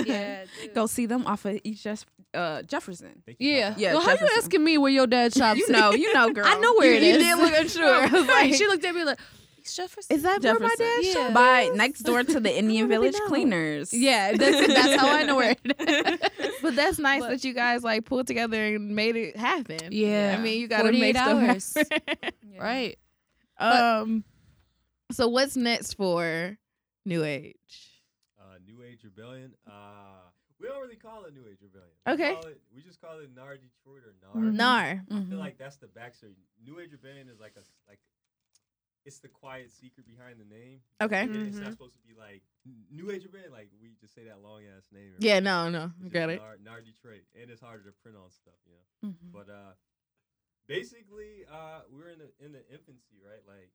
yeah. dude. go see them off of East Jeff- uh, Jefferson. Thank you, Yeah. Papa. Yeah, well, how you Jefferson. asking me where your dad shops? You know, you know, girl. I know where you, it you is. did look unsure. I was right. like, She looked at me like, "It's Jefferson. Is that where my Jefferson. dad's Yeah. shop by is? next door to the Indian really Village know. Cleaners. Yeah, that's, that's how I know where it is. But that's nice But- that you guys like pulled together and made it happen. Yeah. I mean, you got to 48 make hours. stuff happen. Right. um, so what's next for New Age? Uh, New Age Rebellion. Uh, we don't really call it New Age Rebellion. Okay. We, call it, we just call it NAR Detroit or NAR. Nar. I Mhm. feel like that's the backstory. New Age Rebellion is like a s- like it's the quiet secret behind the name. You Okay. get it? It's Mhm. not supposed to be like n- New Age Rebellion. Like we just say that long ass name. and Yeah, everything. no, no, It's just got it. NAR, NAR Detroit, and it's harder to print on stuff, you know. Mhm. But uh, basically, uh, we're in the in the infancy, right? Like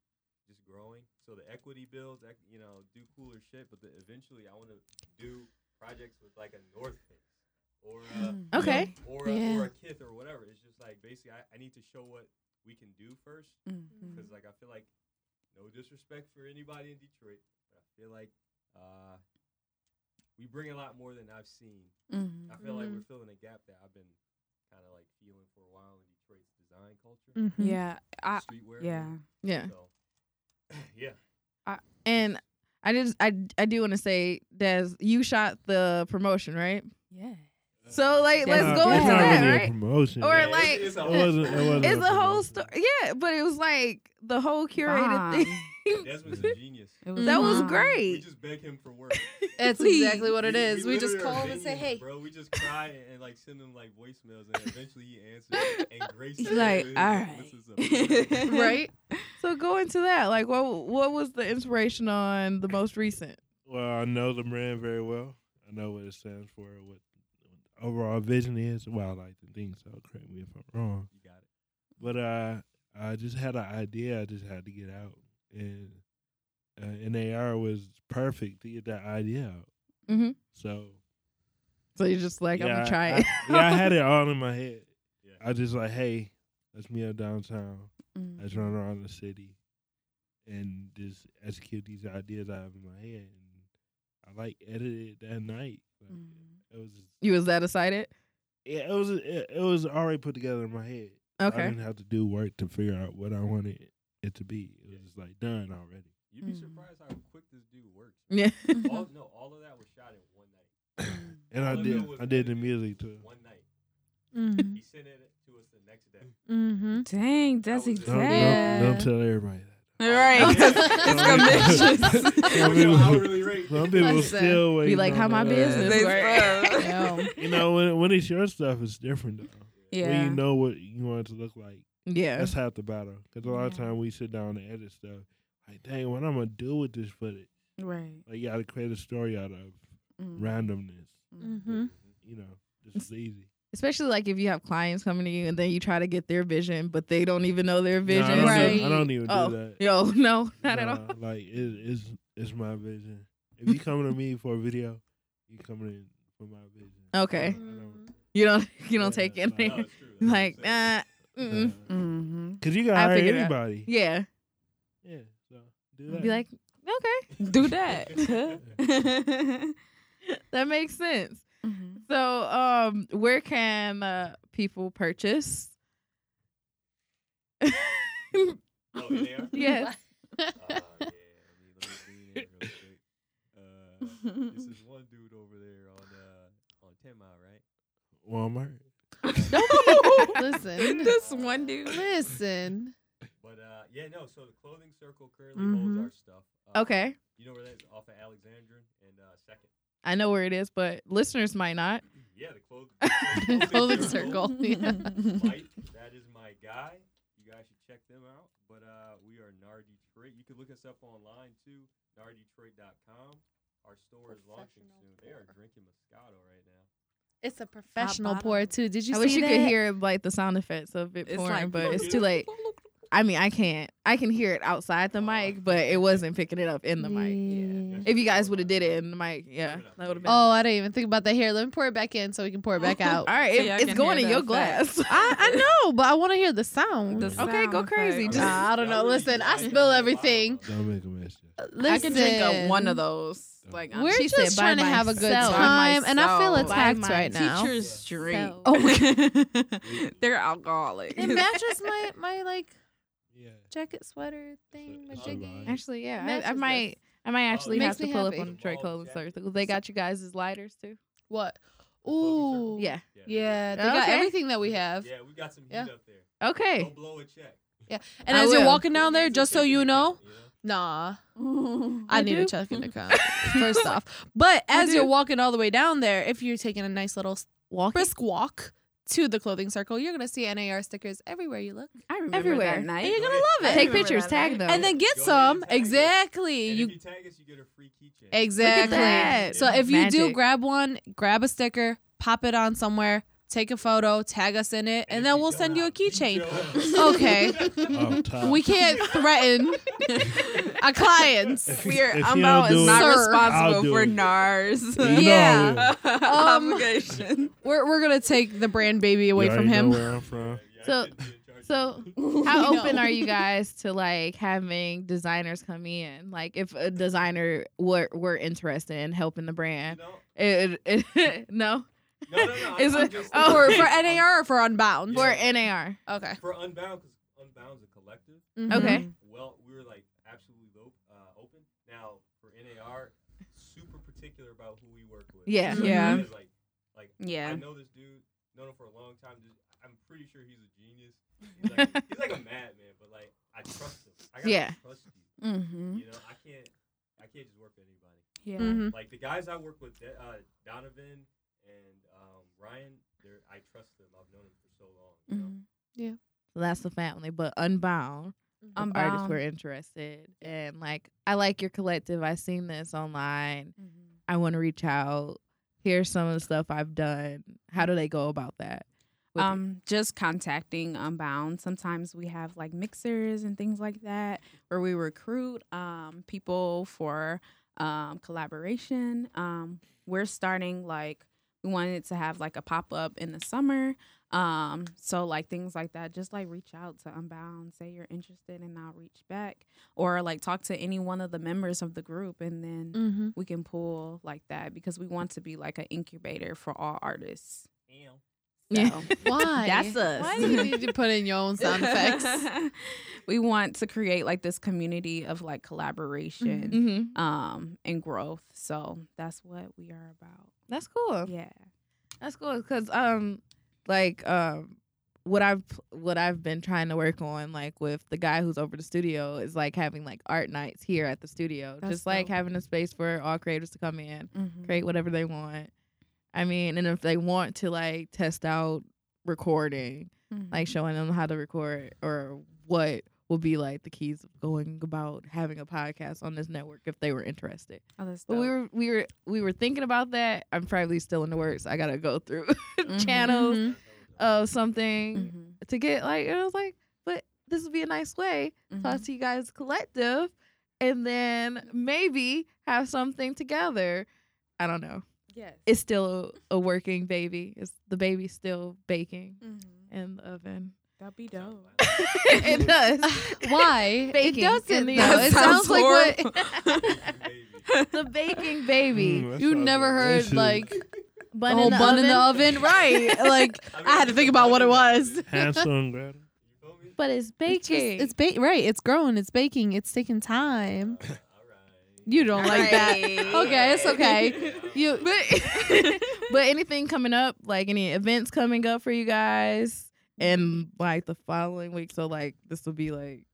just growing. So the equity builds, ec- you know, do cooler shit. But the, eventually, I want to do projects with like a North Face or a, Mm. Okay. or a, Yeah. or a Kith or whatever. It's just like basically, I, I need to show what we can do first Mhm. because like I feel like no disrespect for anybody in Detroit, but I feel like uh, we bring a lot more than I've seen Mhm. I feel like Mhm. we're filling a gap that I've been kind of like feeling for a while in Detroit's design culture, Yeah, Mm, I streetwear. yeah. Yeah. So, yeah. And I just I I do want to say, Des, you shot the promotion, right? Yeah. Uh, So like, That's let's not- go that's into not that, really a right? promotion. Or, Yeah, like- it's, it's a it wasn't. It wasn't It's the whole promotion. story. Yeah, but it was like the whole curated Bomb. thing. Desmond's a genius. that was bomb. We great. just beg him for work. That's Please. exactly what it is. We just literally are call him and say, minions, hey. bro, we just cry and, and, like send him like voicemails, and eventually he answers. And Grace He's is like, with- "All with right." us up. Right? So go into that. Like, what what was the inspiration on the most recent? Well, I know the brand very well. I know what it stands for, what the overall vision is. Well, I like to think so. Correct me if I'm wrong. You got it. But uh, I just had an idea. I just had to get out, and uh, NAR was perfect to get that idea out. Mhm. So So you're just like, I'm I- gonna try I- it. yeah, I had it all in my head. Yeah. I just like, hey, let's meet up downtown. Mhm. Let's Mm-hmm. run around the city, and just execute these ideas I have in my head. And I like edited that night. Like, Mhm. Mm-hmm. It was you was that excited? yeah, it was it, it was already put together in my head. I Okay. didn't have to do work to figure out what I wanted it to be. It was just like done already. You'd be Mhm. surprised how quick this dude works. Yeah. All, no, all of that was shot in one night. And I All of did it was I did the edited music too. One night. Mm-hmm. He sent it to us the next day. Mm-hmm. Dang, that's That was- Don't, exact. don't, don't tell everybody that. Right. it's commission. Some Your people, hourly rate. some people Listen, still wait. Be like, how my business They work? Yeah. You know, when when it's your stuff, it's different though. When Yeah. you know what you want it to look like, yeah. that's half the battle. Because a lot of Yeah. time we sit down and edit stuff. Like, dang, what I'm gonna do with this footage? Right. Like, you gotta create a story out of Mm. randomness. Mm-hmm. You know, this is easy. Especially like if you have clients coming to you and then you try to get their vision, but they don't even know their No, I vision. don't Right. do- I don't even Oh, do that. Yo, no, not at all. Nah, Like it, it's it's my vision. If you coming to me for a video, you coming in for my vision. Okay. I don't- You don't you don't take Yeah, No, anything. it's true. That's like, what I'm uh, saying. mm-mm. nah. Mm-hmm. Cause you can I hire figured it out. anybody. Yeah. yeah. So do that. Be like, okay, Do Oh, that. that makes sense. Mm-hmm. So, um, where can uh, people purchase? Oh, they are? Yes. Oh, yeah. Let me, let me lean in real quick. Uh, this is one dude over there on uh, on Ten Mile, right? Walmart. Listen. this one dude. Listen. But uh, yeah, no. So the clothing circle currently holds Mhm. our stuff. Uh, Okay. You know where that is? Off of Alexandria and uh, Second. I know where it is, but listeners might not. Yeah, the clothing. the Clothing Oh, circle. Yeah. Mike, that is my guy. You guys should check them out. But uh, we are Nard Detroit. You can look us up online too, narddetroit.com. Our store is launching Professional soon. They are pour. drinking Moscato right now. It's a professional bottom. pour too. Did you I see wish you that? could hear like the sound effects of it pouring, but it's too late. I mean, I can't. I can hear it outside the mic, but it wasn't picking it up in the mic. Yeah. If you guys would have did it in the mic, yeah, that would have been. Oh, I didn't even think about that. Here, let me pour it back in so we can pour it back out. all right, So it- y'all it's can going hear in the your effect. glass. I, I know, but I want to hear the sound. The Oh, Okay, go sound crazy. effect. Just- Nah, I don't know. Y'all really Listen, I lying on spill the everything. bottom Don't make a mess. Listen, Uh, I can drink up one of those. Like I'm We're She just said by trying to have a good myself. time, and I feel By attacked myself. right now. Teacher- Teachers drink. Oh, they're alcoholic. it matches my my like Yeah. jacket sweater thing, my It's a- jiggy. it's a- Actually, yeah, Matches I, I this. might, I might actually Makes have to me pull happy. up on Detroit Clothing Circle. They got you guys' lighters too. What? The clothing circle. Ooh, Yeah. yeah. They got Okay. everything that we have. Yeah, we got some heat Yeah. up there. Go Okay. blow a check. And I as you're will. walking down there, It's a just so checking you know, account, nah, I, need do. a checking account first off. But as do. you're walking all the way down there, if you're taking a nice little s- brisk walk to the clothing circle, you're gonna see NAR stickers everywhere you look. I remember Everywhere. that night. And you're Go gonna ahead. love it. Take pictures, tag them. and then get Go ahead some. and tag it. Exactly. And you if you tag us, you get a free keychain. exactly. that. So if you do Magic. grab one, grab a sticker, pop it on somewhere, take a photo, tag us in it, and, if then you we'll don't send you a have- you keychain. don't have- Off top. We can't threaten our clients. If you- We're if you I'm don't out do is it, not Sir. I'll responsible do for it. NARS You Yeah. know it. Um, obligation. um, We're we're gonna take the brand baby You away already from know him. where I'm from. Yeah, I So- shouldn't be in charge of so- that. How No. open are you guys to like having designers come in? Like, if a designer were were interested in helping the You brand, know? it, it, no No, no, no. Is I'm it- just- oh, for for I'm- NAR or for Unbound. for NAR. Okay. for Unbound because Unbound's a collective. Mm-hmm. Mm-hmm. Okay. Well, we were like absolutely lo- uh, open. Now for NAR, super particular about who we work with. Yeah. Mm-hmm. So Yeah. it's Like, like I Yeah. know this dude, known him for a long time. Dude, I'm pretty sure he's a genius. He's like, he's like a madman, but like I trust him. I gotta Yeah. trust you. Mm-hmm. You know, I can't, I can't just work with anybody. Yeah. Mhm. Like the guys I work with, De- uh, Donovan and um, Ryan, they're I trust them. I've known them for so long. You Mm-hmm. know? That's the family, but Unbound if artists Mm-hmm. Unbound. were interested, and like I like your collective. I seen this online. Mm-hmm. I want to reach out. Here's some of the stuff I've done. How do they go about that? with you? Um, just contacting Unbound. Sometimes we have like mixers and things like that where we recruit um, people for um, collaboration. Um, we're starting like we wanted to have like a pop up in the summer. Um, so like things like that, just like reach out to Unbound, say you're interested, and I'll reach back, or like talk to any one of the members of the group, and then Mm-hmm. we can pull like that because we want to be like an incubator for all artists. Damn. Yeah. So- Mm-hmm. Why? That's us. Why do you need to put in your own sound effects? we want to create like this community of like collaboration Mhm. Mm-hmm. um and growth. So that's what we are about. That's cool. Yeah. That's cool because um, like um, what I've what I've been trying to work on like with the guy who's over the studio is like having like art nights here at the studio, That's just like dope. having a space for all creators to come in, Mm-hmm. Mhm. create whatever they want. I mean, and if they want to like test out recording, Mhm. like showing them how to record or what will be like the keys of going about having a podcast on this network if they were interested. Oh, that's But we dope. were we were we were thinking about that. I'm probably still in the works. I gotta go through Mhm. channels Mhm. of something Mm-hmm. Mhm. to get like it was like, but this would be a nice way to Mm-hmm. Mhm. talk to you guys collective, and then maybe have something together. I don't know. Yes. It's still a working baby. It's the baby's still baking Mhm. Mm-hmm. in the oven. That'd be dope. it does. Why? It Baking doesn't. in the though. oven. That It sounds sounds like what the baking baby. Mm, that you sounds never heard delicious. like Bun the whole in the bun in oven. the oven, right? Like I had to think about what it was. Hansel and Gretel. You feel me? but it's It's just- baking. It's ba- right. It's growing. It's baking. It's taking time. Uh, You don't like that. Okay, it's okay. all right. Uh, You but, but anything coming up, like any events coming up for you guys, and like the following week. So like this will be like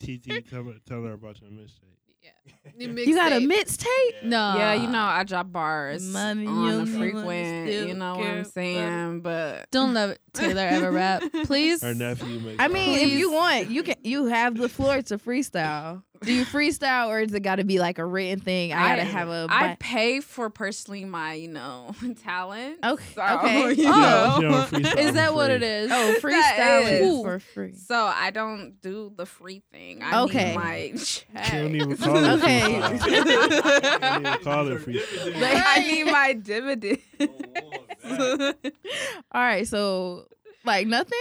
TT, tell her, tell her about your mistake. you got a mixtape. Yeah. no. yeah, you know I drop bars Money, on you a know, frequent. still You know what care I'm about saying? But Don't let Taylor ever rap, please. Her nephew makes. I mean, if Please. you want, you can. You have the floor to freestyle. Do you freestyle, or is it got to be like a written thing? I gotta I- have a. I bi- pay for personally my you know talent. Okay, So, okay. you Oh. know. She don't freestyle. is that what it is? oh, That freestyle is- is for free. So I don't do the free thing. I Okay. need my check. She don't even call it Okay. don't even call it These are freestyle. dividends. Like, I need my dividends. Um, Oh, All right, so like nothing.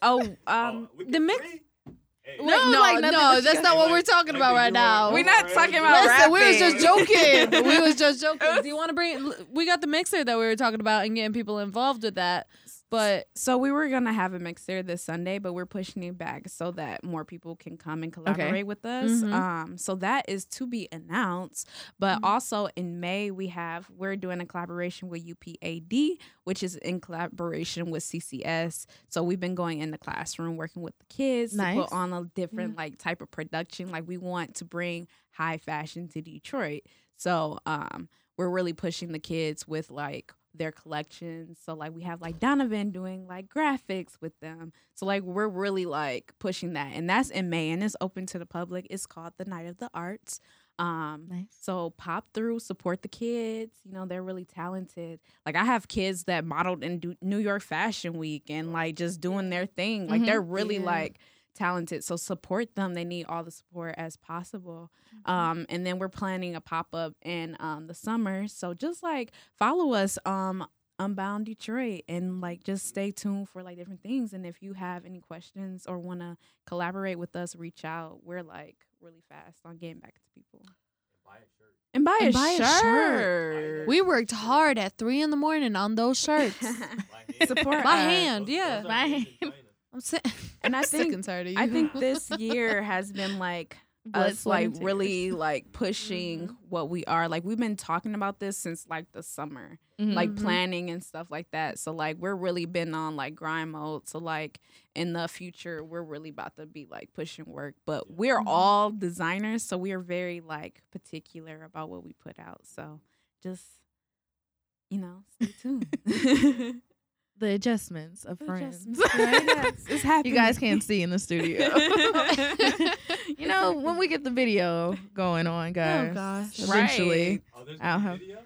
oh, um, Oh, we the can mix. free? Hey, No, Like, no, like no, nothing that you that's got- not what Like- we're talking like about the right Euro- now. We're not talking about Listen, we was rapping. just joking. we was just joking. Do you want to bring? We got the mixer that we were talking about and getting people involved with that. But so we were gonna have a mixer this Sunday, but we're pushing it back so that more people can come and collaborate with us. Mhm. Um, so that is to be announced. But Mhm. also in May we have we're doing a collaboration with UPAD, which is in collaboration with CCS. So we've been going in the classroom working with the kids to Nice. put on a different like type of production. Like we want to bring high fashion to Detroit. So um, we're really pushing the kids with like their collections. So like we have like Donovan doing like graphics with them. So like we're really like pushing that. And that's in May and it's open to the public. It's called the Night of the Arts. Um Nice. so pop through, support the kids. You know, they're really talented. Like I have kids that modeled in Du- New York Fashion Week and like just doing their thing. Like Mhm. they're really Yeah. like talented. So support them. They need all the support as possible. Um, and then we're planning a pop up in um, the summer. So just like follow us, um, Unbound Detroit, and like just stay tuned for like different things. And if you have any questions or want to collaborate with us, reach out. We're like really fast on getting back to people. Buy a shirt. And buy, And a, buy a shirt. shirt. we worked hard at three in the morning on those shirts. By hand. Support By us. hand, yeah. Those are By made in hand. China. I'm si- And I sick think- and tired of you. I think this year has been like Blood, us sweat, like and tears. really like pushing what we are. Like we've been talking about this since like the summer. Mm-hmm. Mhm. like Mhm. planning and stuff like that. So like we're really been on like grind mode. So like in the future, we're really about to be like pushing work. But we're all designers, so we are very like particular about what we put out. So just you know, stay tuned. the adjustments of friends. Adjustments, right? Yes, it's happening. you guys can't see in the studio. you know when we get the video going on, guys. Oh gosh. Eventually. Right. Oh, there's I'll no have- video?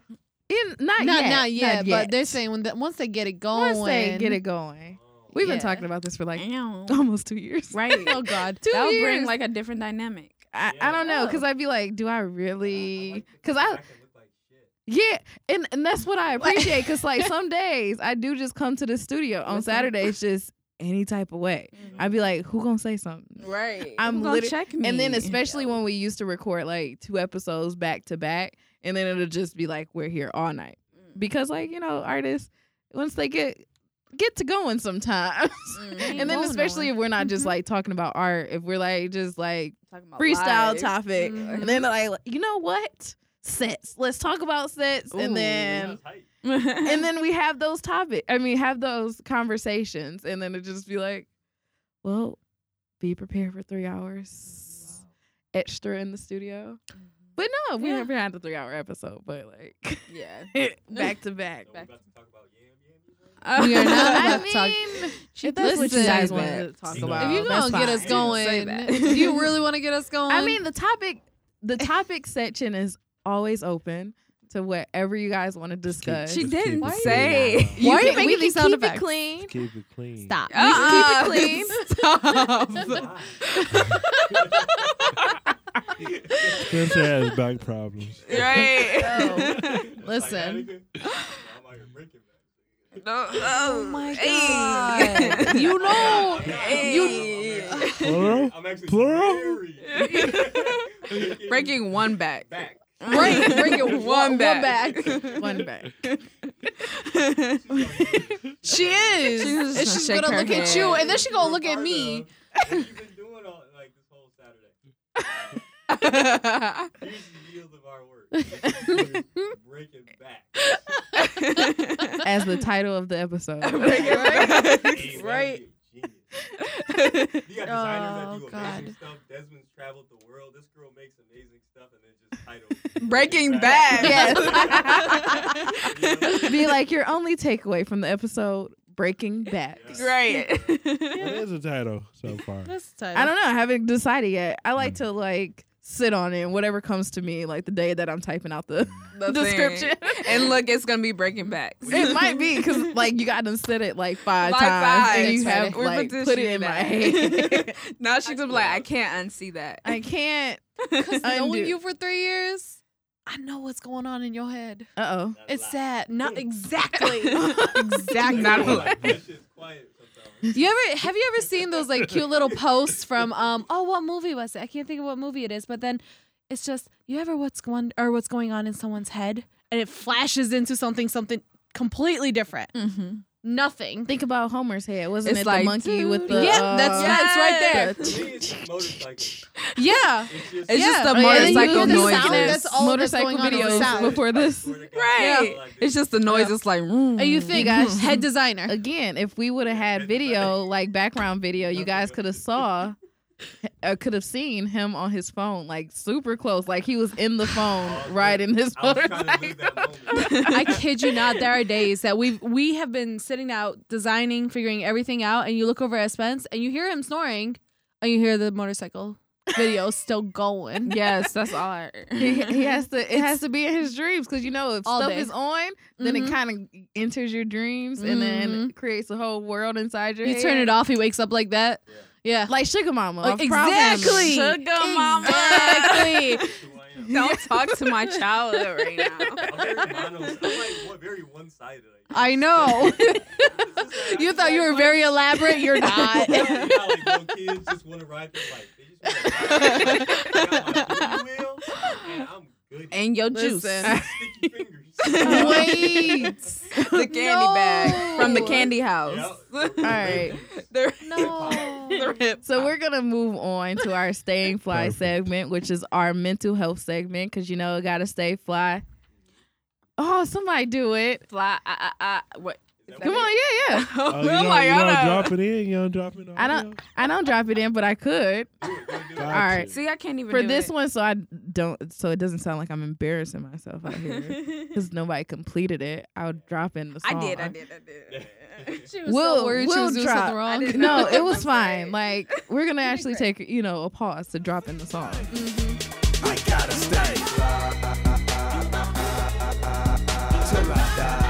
In, not, Not yet, not not yet, but they're saying when that once they get it going, once they get it going. Oh. We've been Yeah. Mm. talking about this for like Damn. almost two years. Right. Oh God. Oh, Two That'll years. bring like a different dynamic. I, I Yeah. don't know because I'd be like, do I I really? like the Because fact I that I can look like shit. yeah, and and that's what I appreciate because like some days I do just come to the studio on Listen. Saturdays just any type of way. I'd be like, who gonna say something? Mm-hmm. Right. I'm gonna literally- check me. And then especially when we used to record like two episodes back to back, and then it'll just be like we're here all night Mm-hmm. because like you know artists once they get get to going sometimes. Mm. And then, going especially if we're not just Mhm. like talking about art, if we're like just like Talking about freestyle life. topic, Mhm. and then like you know what sets? Let's talk about sets, Ooh. and then Sounds hype. and then we have those topic. I mean, have those conversations, and then it just be like, well, be prepared for three hours extra in the studio. But no, we Yeah. haven't had the three hour episode, but like yeah. back to back. So back. we about to talk about yam yams right We are not I about to talk- mean, She if that's what you Listen, guys wanted to talk You know. about. if you that's gonna get fine. us going, that. if you really want to get us going, Um, I mean, the topic, the topic section is always open to whatever you guys want to discuss. She Just didn't keep it say. clean. why are can- you we making can these sound keep it effects? clean. Keep it clean. Stop. You Uh-uh. can keep it clean. Uh-uh. Stop. Spencer has back problems. right. now. Listen. Sciatica? Now I'm out here breaking that. No, Oh my hey. God. You know, Hey. you- Plural? I'm actually Plural? married. breaking one back. back. Right, breaking one, One back. back. One back. back. she is. She's just gonna and she's shake gonna her look at head. you, and then she's gonna look at me, What you been doing all like this whole Saturday? Here's the yield of our work. We're Breaking back. as the title of the episode. Break it Hey, back. that would right. be genius. You got designers Oh, that do amazing God. stuff. Desmond's traveled the world. This girl makes amazing stuff and then just title. Breaking Bad. Yes. You know? Be like your only takeaway from the episode Breaking Back. Yeah. Right. What is the title so far? That's tight. I don't know. I haven't decided yet. I like to like sit on it, whatever comes to me, like the day that I'm typing out the The thing. description. And look, it's gonna be Breaking Back. it might be because like you got to set it like five Like times, five. and you have We're like put it in my petitioning that. head. now she's gonna be like, I can't unsee that. I can't. Because knowing Undo. you for three years, I know what's going on in your head. Uh oh. Not a It's lot. sad. Not exactly. exactly. Not a lot. Like, this shit's quiet sometimes. You ever have you ever seen those like cute little posts from um oh what movie was it? I can't think of what movie it is, but then it's just you ever what's going or what's going on in someone's head and it flashes into something something completely different. Mm. Mm-hmm. Nothing. Think about Homer's head. Wasn't It's it like, the monkey with the? yeah, that's uh, that's right there. For me, it's just motorcycles. Yeah. It's just, It's Yeah. just the Oh, yeah, then you hear motorcycle the noises. sound, that's all that's motorcycle going on is the videos sound. before I this. swear to God, Right. I like It's this. just the noise. It's like, mm. And you think "Ah, guys- head designer. Again, if we would have had video, like background video, you guys could have saw, uh, could have seen him on his phone, like super close, like he was in the phone riding his Oh, I was trying to live motorcycle. that moment. I kid you not, there are days that we've we have been sitting out designing, figuring everything out, and you look over at Spence and you hear him snoring and you hear the motorcycle video still going. yes, that's all I He, he has to. It has to be in his dreams because you know if All stuff day. is on, then Mhm. it kind of enters your dreams and then creates a whole world inside your. Mm-hmm. You turn it off, he wakes up like that. Yeah. like sugar mama. Like, I promise. exactly. Sugar mama. Exactly. That's who I am. Don't talk to my child right now. I'm very mono. I'm like one- very one-sided. I know. you It's thought you like, were very elaborate. You're like, not. you know how, like, little kids just want to ride their bike. They just want to ride their bike. I got my booty wheel, and I'm good. And your Listen. sticky fingers. Wait. juice. the candy bag from the No. candy house. Yep. All right. The- No. the rip. So we're gonna move on to our staying fly Perfect. segment, which is our mental health segment, because you know it gotta stay fly. Oh, somebody do it! fly. I, I, I, what? Is that Come what on, yeah, yeah. Oh, you, oh don't, my you don't god. drop it in. You don't drop it. I don't- I don't drop it in, but I could you do? Don't do it. All right. See, I can't even for do this it. one, so I don't, so it doesn't sound like I'm embarrassing myself out here because nobody completed it. I'll drop in the I song. did, I did, I did. She was We'll, so worried she we'll was doing drop. something wrong. I didn't No, it That's was fine. right. Like we're gonna actually take you know a pause to drop in the song. I gotta stay till I die.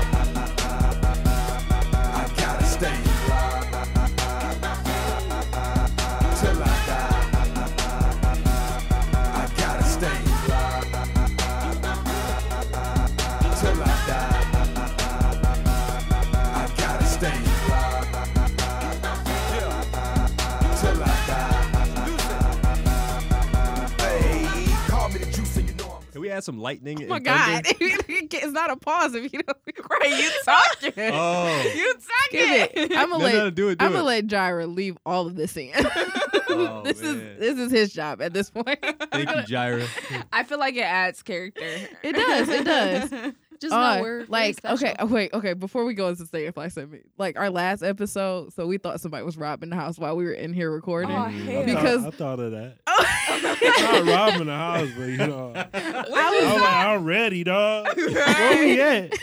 I gotta stay till I die. I gotta stay till I die. I gotta stay till I die. Hey, call me the juice and you know I'm. Can we add some lightning? Oh my god, it's not a pause if you don't. right, you talking. Oh. You Give talking. it. I'm gonna No, let no, do it, do I'm gonna it. let Jira leave all of this in. Oh, this man. is this is his job at this point. Thank you, Gyra. I feel like it adds character. It does, it does. Just Uh, know we're like very okay, special. oh, wait, okay. Before we go into stay and fly segment, like our last episode, so we thought somebody was robbing the house while we were in here recording. Oh, I hell. thought, Because- Oh. I thought of that. Not robbing the house, but you know, What I'm, like, I'm ready, dog. Where we at?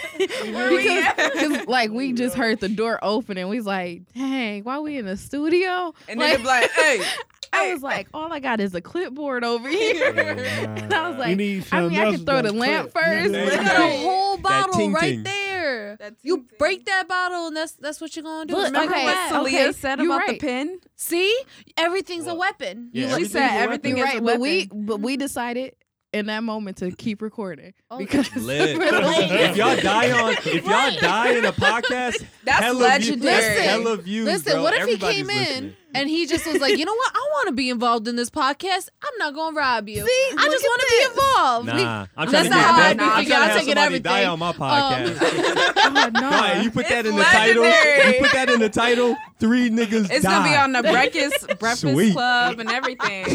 Where we because, at? 'cause, like we just heard the door open and we was like, dang, why we in the studio? And like, then they be like, hey. I was like, all I got is a clipboard over here. And I was like, need I mean, something I else can throw the that's lamp clear. first. Yeah. We Like, got a Hey. whole bottle ting ting. right there. You break that bottle, and that's that's what you're gonna do. But- Remember okay, that. so- Leah okay, said you about the right. pen. See, everything's a What? weapon. Yeah, You She everything's said a everything You're is right, a but weapon. we but we decided in that moment to keep recording Oh, because Lit. Lit. if y'all die on, if y'all Right. die in a podcast, That's hella view- legendary. Listen, hella views, listen, bro. what if he Everybody's came in listening. And he just was like, you know what? I want to be involved in this podcast. I'm not gonna rob you. I just want to be involved. Nah, I'm trying That's to not get how I that. do I'm it. trying to Y'all have taking somebody die everything. on my Oh, podcast. Um, Brian, you put that It's in the title. legendary. You put that in the title. Three niggas It's die. gonna be on the breakfast breakfast Sweet. club and everything.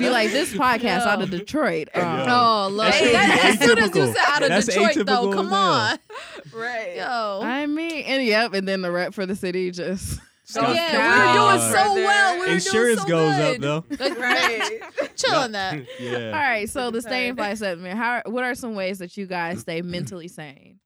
Be like this podcast out of Detroit. Um, Oh, Lord. shit That- is as soon as you atypical. said out of That's Detroit, though, atypical come as on. hell. right. Yo. I mean, and yep, and then the rep for the city just Oh, Scott yeah, we were Coward. God. doing so well. We were Insurance doing so goes good. up though. Like, Right. Chill on that. Yeah. All right, so the staying fly segment. How? What are some ways that you Mm. guys stay mentally sane?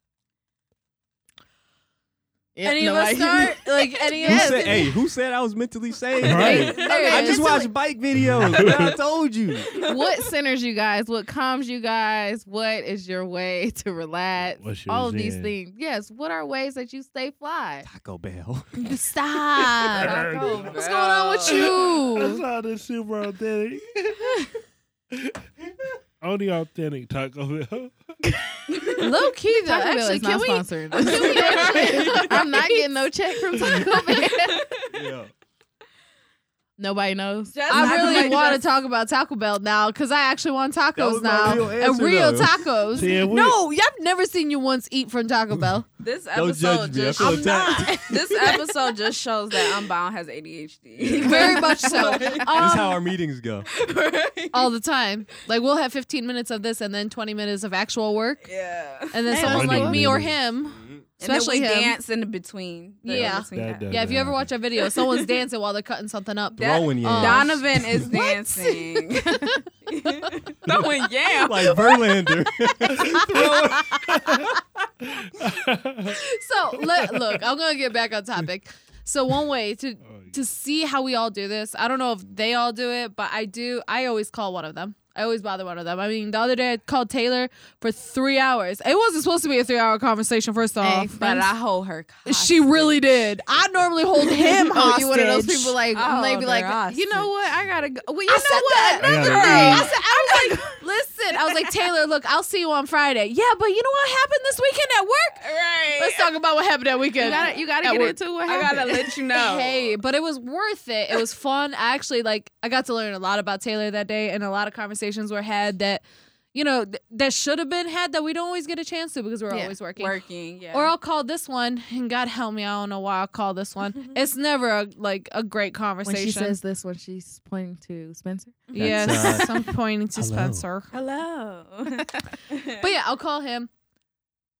Yeah, Any no, of us like- start? Like, any of Who us? said? Hey, who said I was mentally sane? Right. Okay, I just mentally- watch bike videos. man, I told you. what centers you guys? What calms you guys? What is your way to relax? What's your All of these zen? things. Yes. What are ways that you stay fly? Taco Bell. Stop. That's What's going on with you? all this super authentic. Only authentic Taco Bell. Low key, though. Taco Bell Actually, is can not we? sponsoring this. I'm not getting no check from Taco Bell. Yeah. Nobody knows. Just- I really Everybody want to just- talk about Taco Bell now because I actually want tacos was my now real and answer, real though. tacos. See, and we- no, I've never seen you once eat from Taco Bell. This Don't judge episode me. I just feel attacked. this episode just shows that Unbound has ADHD. Very much so. This is Um, how our meetings go. Right. all the time. Like we'll have 15 minutes of this and then 20 minutes of actual work, Yeah. and then Hey, someone that's like me cool. or him. Especially Especially and then we him. dance in the between. the Yeah. in-between That act. does. Yeah, if you ever watch our video, someone's dancing while they're cutting something up. That- Throwing um, yams. Donovan is dancing. Throwing yam. like Verlander. Oh, So let, look, I'm gonna get back on topic. So one way to to see how we all do this, I don't know if they all do it, but I do. I always call one of them. I always bother one of them. I mean, the other day I called Taylor for three hours. It wasn't supposed to be a three-hour conversation, first off, But I hold her. she really did. I normally hold him Oh, hostage. you one of those people like Oh, maybe like they're you know what I gotta go. Well, you I know said that. what? I gotta Another leave. I, said, I was like, listen, I was like, Taylor, look, I'll see you on Friday. Yeah, but you know what happened this weekend at work? Right. Let's talk about what happened that You weekend. gotta, you gotta At get work. into what I happened. gotta let you know. Hey, but it was worth it. It was fun. I actually like I got to learn a lot about Taylor that day, and a lot of conversations were had that, you know, th- that should have been had that we don't always get a chance to because we're Yeah, always working. working. Yeah. Or I'll call this one, and God help me, I don't know why I'll call this one. it's never a, like a great when conversation. she says this, when she's pointing to Spencer. yes, uh, That's, I'm pointing to hello. Spencer. hello. But yeah, I'll call him.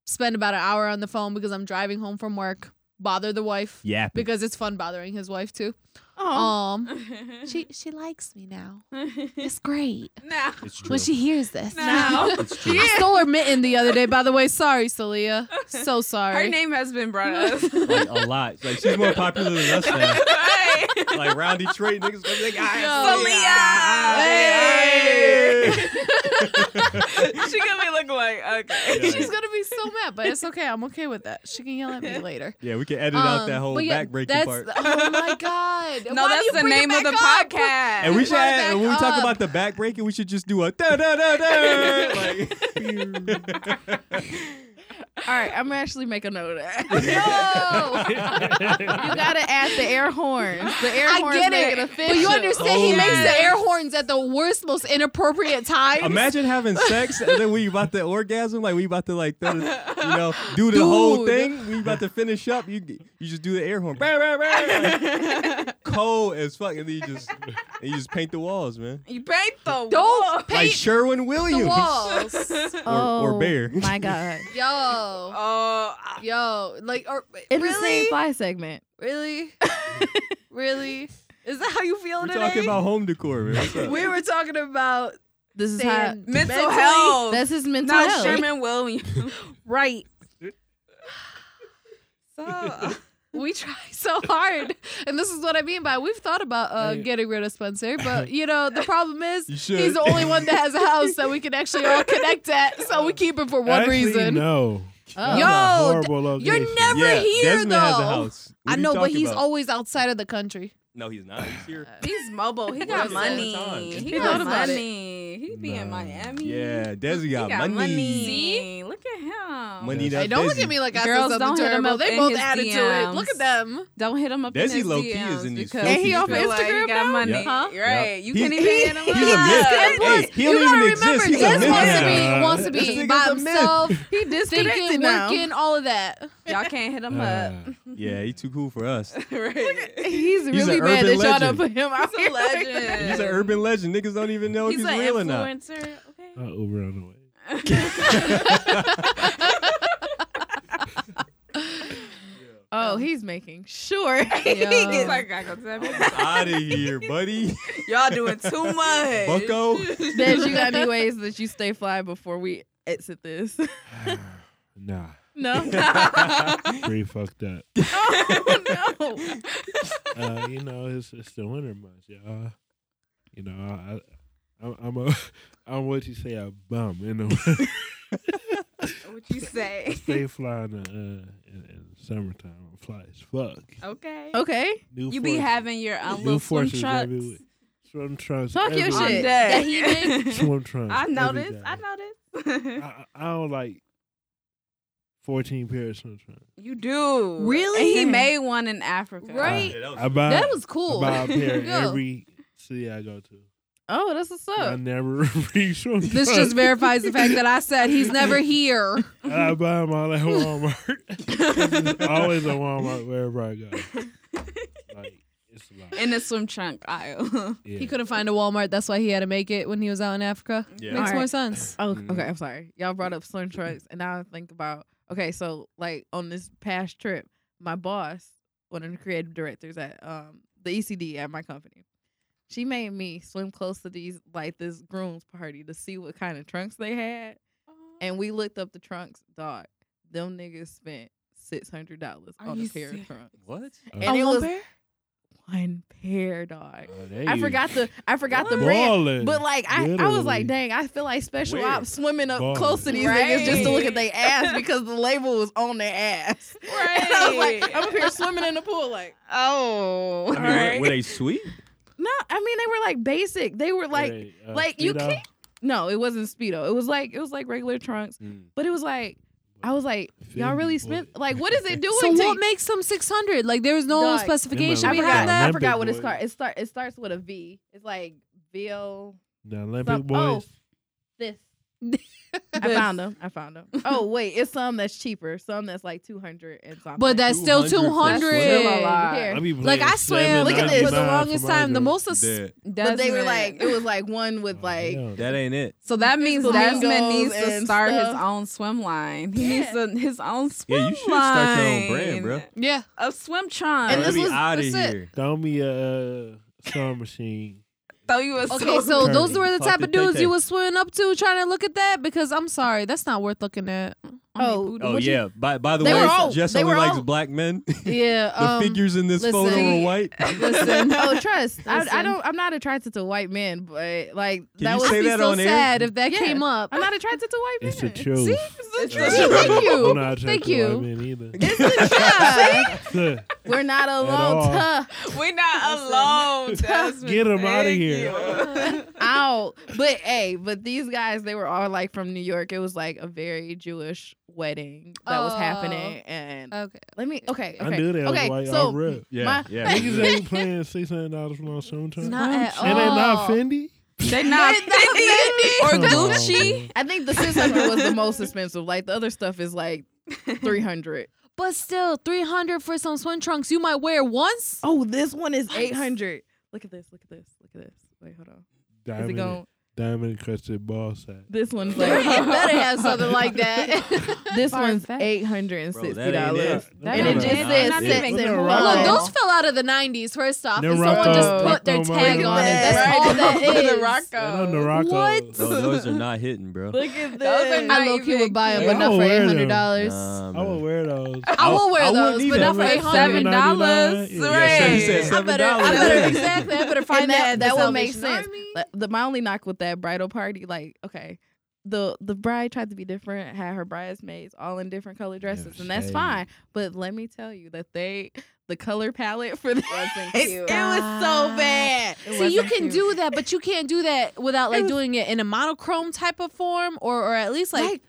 Spend about an hour on the phone because I'm driving home from work. Bother the wife Yeah. because it's fun bothering his wife too. Oh, Um, she she likes me now. It's great now. It's true. when she hears this. Now. it's true. I stole her mitten the other day. By the way, sorry, Celia. So sorry. Her name has been brought up. Like a lot. Like she's more popular than us now. Right. Like round Detroit niggas gonna be like, Oh, Yo. ah, Leah. hey. She gonna be looking like okay. Yeah. She's gonna be so mad, but it's okay. I'm okay with that. She can yell at me later. Yeah, we can edit Um, out that whole but yeah, back breaking that's- part. Oh my god! No, Why do you that's the bring it name of the back up? podcast. and we should brought it add, back when we up. talk about the back breaking, we should just do a da da da da. Like, all right. I'm gonna actually make a note of that. No. you gotta add the air horns. The air I horns get make it, it, official. but you understand he Oh, makes yes. the air horns at the worst, most inappropriate times. imagine having sex and then we about to orgasm, like we about to like, throw the- you know, do the whole Dude. thing. We about to finish up. You you just do the air horn, Bah, bah, bah. Like, cold as fuck, and then you just and you just paint the walls, man. You paint the wall. Don't Like paint Sherwin the Oh Williams walls, Or, Oh. or Bear. My God. yo, Oh, yo, like, or, In the really, same fly segment. really, really, is that how you feel We're today? talking about home decor, man. What's up? we were talking about This is how. saying mental mentally- health. This is mental not health. Sherman Williams. right. so, We try so hard, and this is what I mean by we've thought about uh, Hey. getting rid of Spencer, but you know the problem is You should. he's the only one that has a house that we can actually all connect at, so we keep it for one Actually, reason. No. Oh. Yo, That's a horrible You're location. never here Desmond though. has a house. What I are you know, but talking he's about? always outside of the country. No, he's not. He's here. Uh, He's mobile. He got Works all the money. time. He He got thought about it. money. He be in Nah. Miami. Yeah, Desi He got, got money. money. See? Look at him. Money Yes. that Hey, don't look Desi. at me like I Girls, said something don't hit 'em terrible. up They in both his added to it. Look DMs. at them. Don't hit him up. in Desi his low-key DMs is in these because filthy he off streets. Instagram got now? money. Yep. Huh? Yep. Right? You He- can't even hit him up. He's a myth. Plus, Hey, he don't you gotta even remember, exist. He's a Jess myth wants to now. be wants to This be nigga's by a myth. himself, He disconnected thinking, now. working, all of that. Y'all can't hit him up. Ah. Yeah, he's too cool for us. right? He's He's really an mad that urban y'all don't legend. put him out He's a here. like that. legend. He's an urban legend. Niggas don't even know He's if an he's real or not. influencer. Okay. I'll Uber on the way. Oh, he's making sure. He's like, I gotta go to that meeting. Out of here, buddy. Y'all doing too much. Bucko. Des, you got any ways that you stay fly before we exit this? nah, No. pretty fucked up. oh, no. Uh, you know, it's it's the winter months, y'all. You know, I, I I'm, I'm a I'm what you say a bum in the winter. What you say? stay flying uh, in, in summertime. I'm fly as fuck. Okay. Okay. New You be Force- having your um, New little swim Forces trucks. every week. Swim trunks. Talk your every shit. day. That he Swim trunks. I every noticed. I day. noticed. I, I I own like fourteen pairs of swim trunks. you do. Really? And he made one in Africa. Uh, Right? I buy That was cool. I buy a pair in Yeah. every city I go to. Oh, that's what's I up. never reach swim This trunks. just verifies the fact that I said he's never here. And I buy them all at Walmart. Always at Walmart wherever I go. Like it's a lot. In the swim trunk aisle. yeah. He couldn't find a Walmart. That's why he had to make it when he was out in Africa. Yeah. Makes All more right. sense. Oh, Mhm. okay. I'm sorry. Y'all brought up swim trunks, and now I think about okay. So, like on this past trip, my boss, one of the creative directors at um the ECD at my company, she made me swim close to these like this groom's party to see what kind of trunks they had, and we looked up the trunks. Dog, them niggas spent six hundred dollars Are on a you pair serious? of trunks. What? Oh, And it was pair? one pair, dog. oh, they I is forgot the I forgot the brand. balling. But like I, I was like, Literally. dang, I feel like special Where? ops swimming up Ballin'. close to these niggas just to look at their ass because the label was on their ass. And I was like, I'm up here swimming in the pool, like, oh, I mean, were- were, they sweet? no, I mean they were like basic. They were like, Hey, uh, like, you Speedo? can't- no, it wasn't speedo. It was like it was like regular trunks, Mm. but it was like I was like, y'all Fendi really boy. spent like what is it doing? So to what you? makes them 600? Like, there was no Dog. specification I Remember behind forgot. I that. Olympic forgot what it's boy. called. It start. It starts with a V. It's like Bill. The Some- Olympic oh. boys. this. I found them. I found them. Oh wait, it's some that's cheaper. Some that's like two hundred and something. But that's still 200. 200. That's still a lot. Here. I be Like, playing I swam. Look at this. For the 7.99 longest for my time, the joint. most. Of, That, but they were like it Desmond. was like one with Oh, like hell that ain't it. So that means Flamingos Desmond needs to and start his stuff. own swim line. He Yeah. needs a, his own swim Yeah, you should start your own line. brand, bro. yeah. A swim trunk. And That'd this be was- out of that's it. here. Throw me a uh, sewing machine. throw you a Okay, swim. so Curvy. those were the Talk type to of dudes KK. you were swimming up to trying to look at that because I'm sorry, that's not worth looking at. oh Oh yeah. by by the They way, were all- Jess they only were likes all- black men. the Yeah. figures in this photo um, listen. are white. Can Listen. oh trust. I, I Listen. don't. I'm not attracted to white men, but like that you was. say be that so on sad air? if that Yeah. came up. I'm not attracted to white men. It's the truth. Uh, See, it's It's the the truth. truth. Thank I'm you. not attracted Thank to you. white men either. Uh, Yeah. Look, We're not alone. all. Tuh. We're not alone. Desmond. Get 'em outta Thank here. you. out. But hey, but these guys, they were all like from New York. It was like a very Jewish wedding that was Oh. happening. And Okay. let me okay, okay. I knew that okay, was white so off rip. Yeah, my- yeah. Niggas ain't playing six hundred dollars for long summertime. Not at all. And they not Fendi. They not Fendi or Come on, Gucci. man. I think the six hundred was the most expensive. Like the other stuff is like three hundred. But still, 300 for some swim trunks you might wear once? Oh, this one is eight hundred. Look at this, look at this, look at this. Wait, hold on. Is it Diamond, going diamond encrusted ball sack. this one's it like better have something like that. this Far one's fetched. eight hundred and Bro, sixty that ain't dollars. it. That And it ain't just it. says Not sex even and close. fun. Look, Oh. those fell out of the 90s, first off. They're And someone just Rocco. put their Rocco tag Marley. on it. That's Right. all that Look at the is. Rocco. And on the Rocco's. What? No, those are not hitting, bro. Look at this. Those are I not low key even would buy them, cute. but not for I don't wear $800. them. Nah, I would man. wear those. I will wear I wouldn't those, but either. not for That eight was hundred. $7. Yeah. Right. You said I seven better, I better dollars. exactly. I better find and that, at that the would make Salvation sense. Army. Like, The, my only knock with that bridal party, like, okay, the the bride tried to be different, had her bridesmaids all in different color dresses, and that's shade. fine. But let me tell you that they the color palette for that. Wasn't It, cute. it was so bad. It See, you wasn't can cute. do that, but you can't do that without like doing it in a monochrome type of form, or or at least like, Like,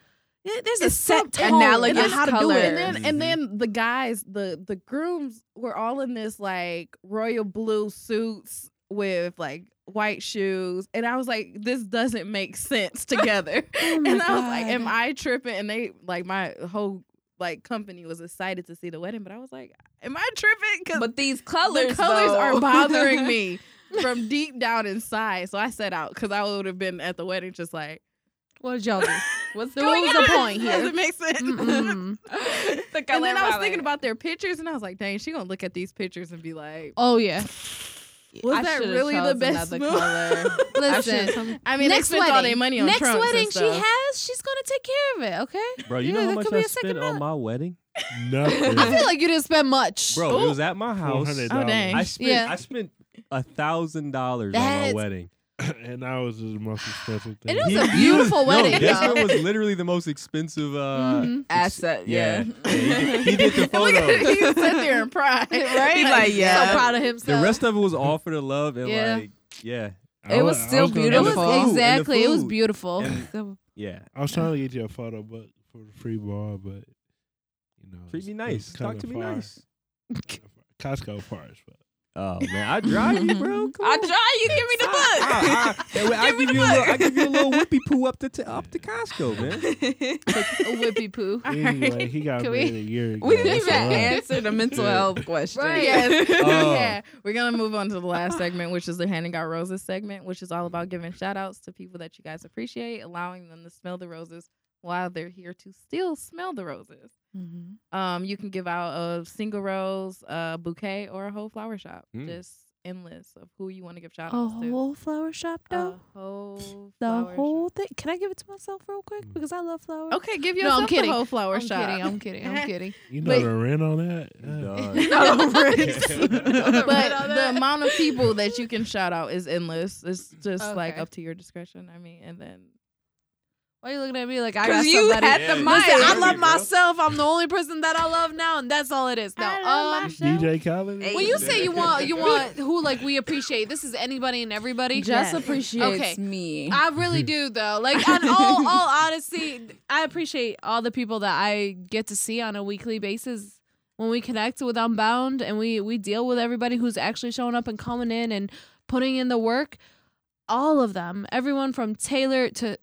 yeah, there's a it's set so- tone analogous and how to do color. it. And then and then the guys, the the grooms were all in this like royal blue suits with like white shoes. And I was like, this doesn't make sense together. Oh my and I was like, God. am I tripping? And they like my whole like company was excited to see the wedding, but I was like, am I tripping? Because But these colors, the colors though. are bothering me from deep down inside. So I set out because I would have been at the wedding just like, What did y'all do? What's So going what was the on? point here? does it make sense? Mm-mm. the color And then I was palette. thinking about their pictures, and I was like, "Dang, she gonna look at these pictures and be like, Oh yeah. was I that should've really the chose best another move?" color. I should've Listen. chose- I mean, next they spent wedding, all their money on next trunks and wedding she stuff. has, she's gonna take care of it. Okay. Bro, you Yeah, know that how much could be I a second spent on my wedding? I Nothing. feel like you didn't spend much. Bro, it was at my house. $400. Oh dang! I spent Yeah. I spent a thousand dollars on my That's- wedding. and that was the most expensive And thing. it was a He- beautiful No, wedding. Desmond y'all. was literally the most expensive. Uh, Mm-hmm. Mhm. Asset, yeah. Mm-hmm. Yeah, he, did, he did the Look at it. photo. He sat there and pride, Right? He's like, yeah. So proud of himself. The rest of it was all for the love and Yeah. like, yeah, I It wa- was I still gonna- it was beautiful. And the exactly. It was food. beautiful. And- yeah. I was trying to get you a photo book for the free ball, but you know, Treat it's- me nice. it's Talk kinda to me far. nice. Costco far as well. Oh man, I drive you, bro. Come I on. Ah, try you. Give me the book. I, I, I, I, give you a little, I give you a little whippy poo up to t- up to Costco, man. Whippy poo. Anyway, he got Can married we- a year ago. we didn't That's even a lot. answer the mental Yeah. health question. Right. Yes. Oh. yeah. We're going to move on to the last segment, which is the handing out roses segment, which is all about giving shout outs to people that you guys appreciate, allowing them to smell the roses while they're here to still smell the roses. Mm-hmm. Um, you can give out a single rose, a bouquet, or a whole flower shop. Mm. Just endless of who you want to give shout A outs to. whole flower shop A though. whole The Uh, flower whole thing. Can I give it to myself real quick? Because I love flowers. shop. Okay, give No, I'm yourself no, kidding. a whole flower I'm shop. kidding. I'm kidding. I'm kidding. You know Wait. the rent on that? Uh, Dog. but the amount of people that you can shout out is endless. It's just like Okay. up to your discretion. I mean, and then Why are you looking at me like I got Because you somebody? had Yeah, the you mic. Listen, I Hey, love bro. myself. I'm the only person that I love now, and that's all it is. Now, um, DJ Khaled. Hey, when you say you want, you Yeah. want who like we appreciate. This is anybody and everybody. just Yes. appreciates Okay. me. I really do though. Like in all, all honesty, I appreciate all the people that I get to see on a weekly basis when we connect with Unbound and we we deal with everybody who's actually showing up and coming in and putting in the work. All of them, everyone from Taylor to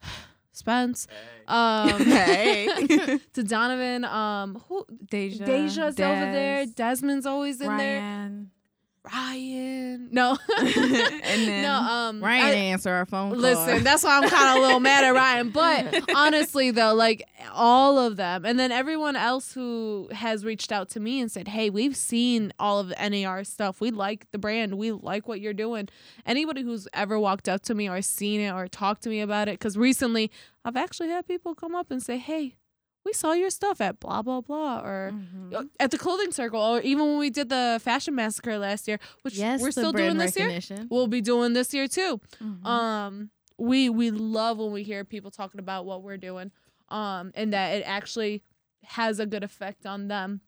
Spence, um, Okay. to Donovan, um, who Deja. Deja's over there, Desmond's always in there, Ryan. Ryan. No, then- no, um, Ryan I- didn't answer our phone call. Listen, that's why I'm kind of a little mad at Ryan. But honestly, though, like all of them, and then everyone else who has reached out to me and said, "Hey, we've seen all of the NAR stuff. We like the brand. We like what you're doing." Anybody who's ever walked up to me or seen it or talked to me about it, because recently I've actually had people come up and say, "Hey, we saw your stuff at blah blah blah," or uh, Mm-hmm. at the clothing circle, or even when we did the fashion massacre last year, which we're still doing this year. We'll be doing this year too Mm-hmm. um we we love when we hear people talking about what we're doing um and that it actually has a good effect on them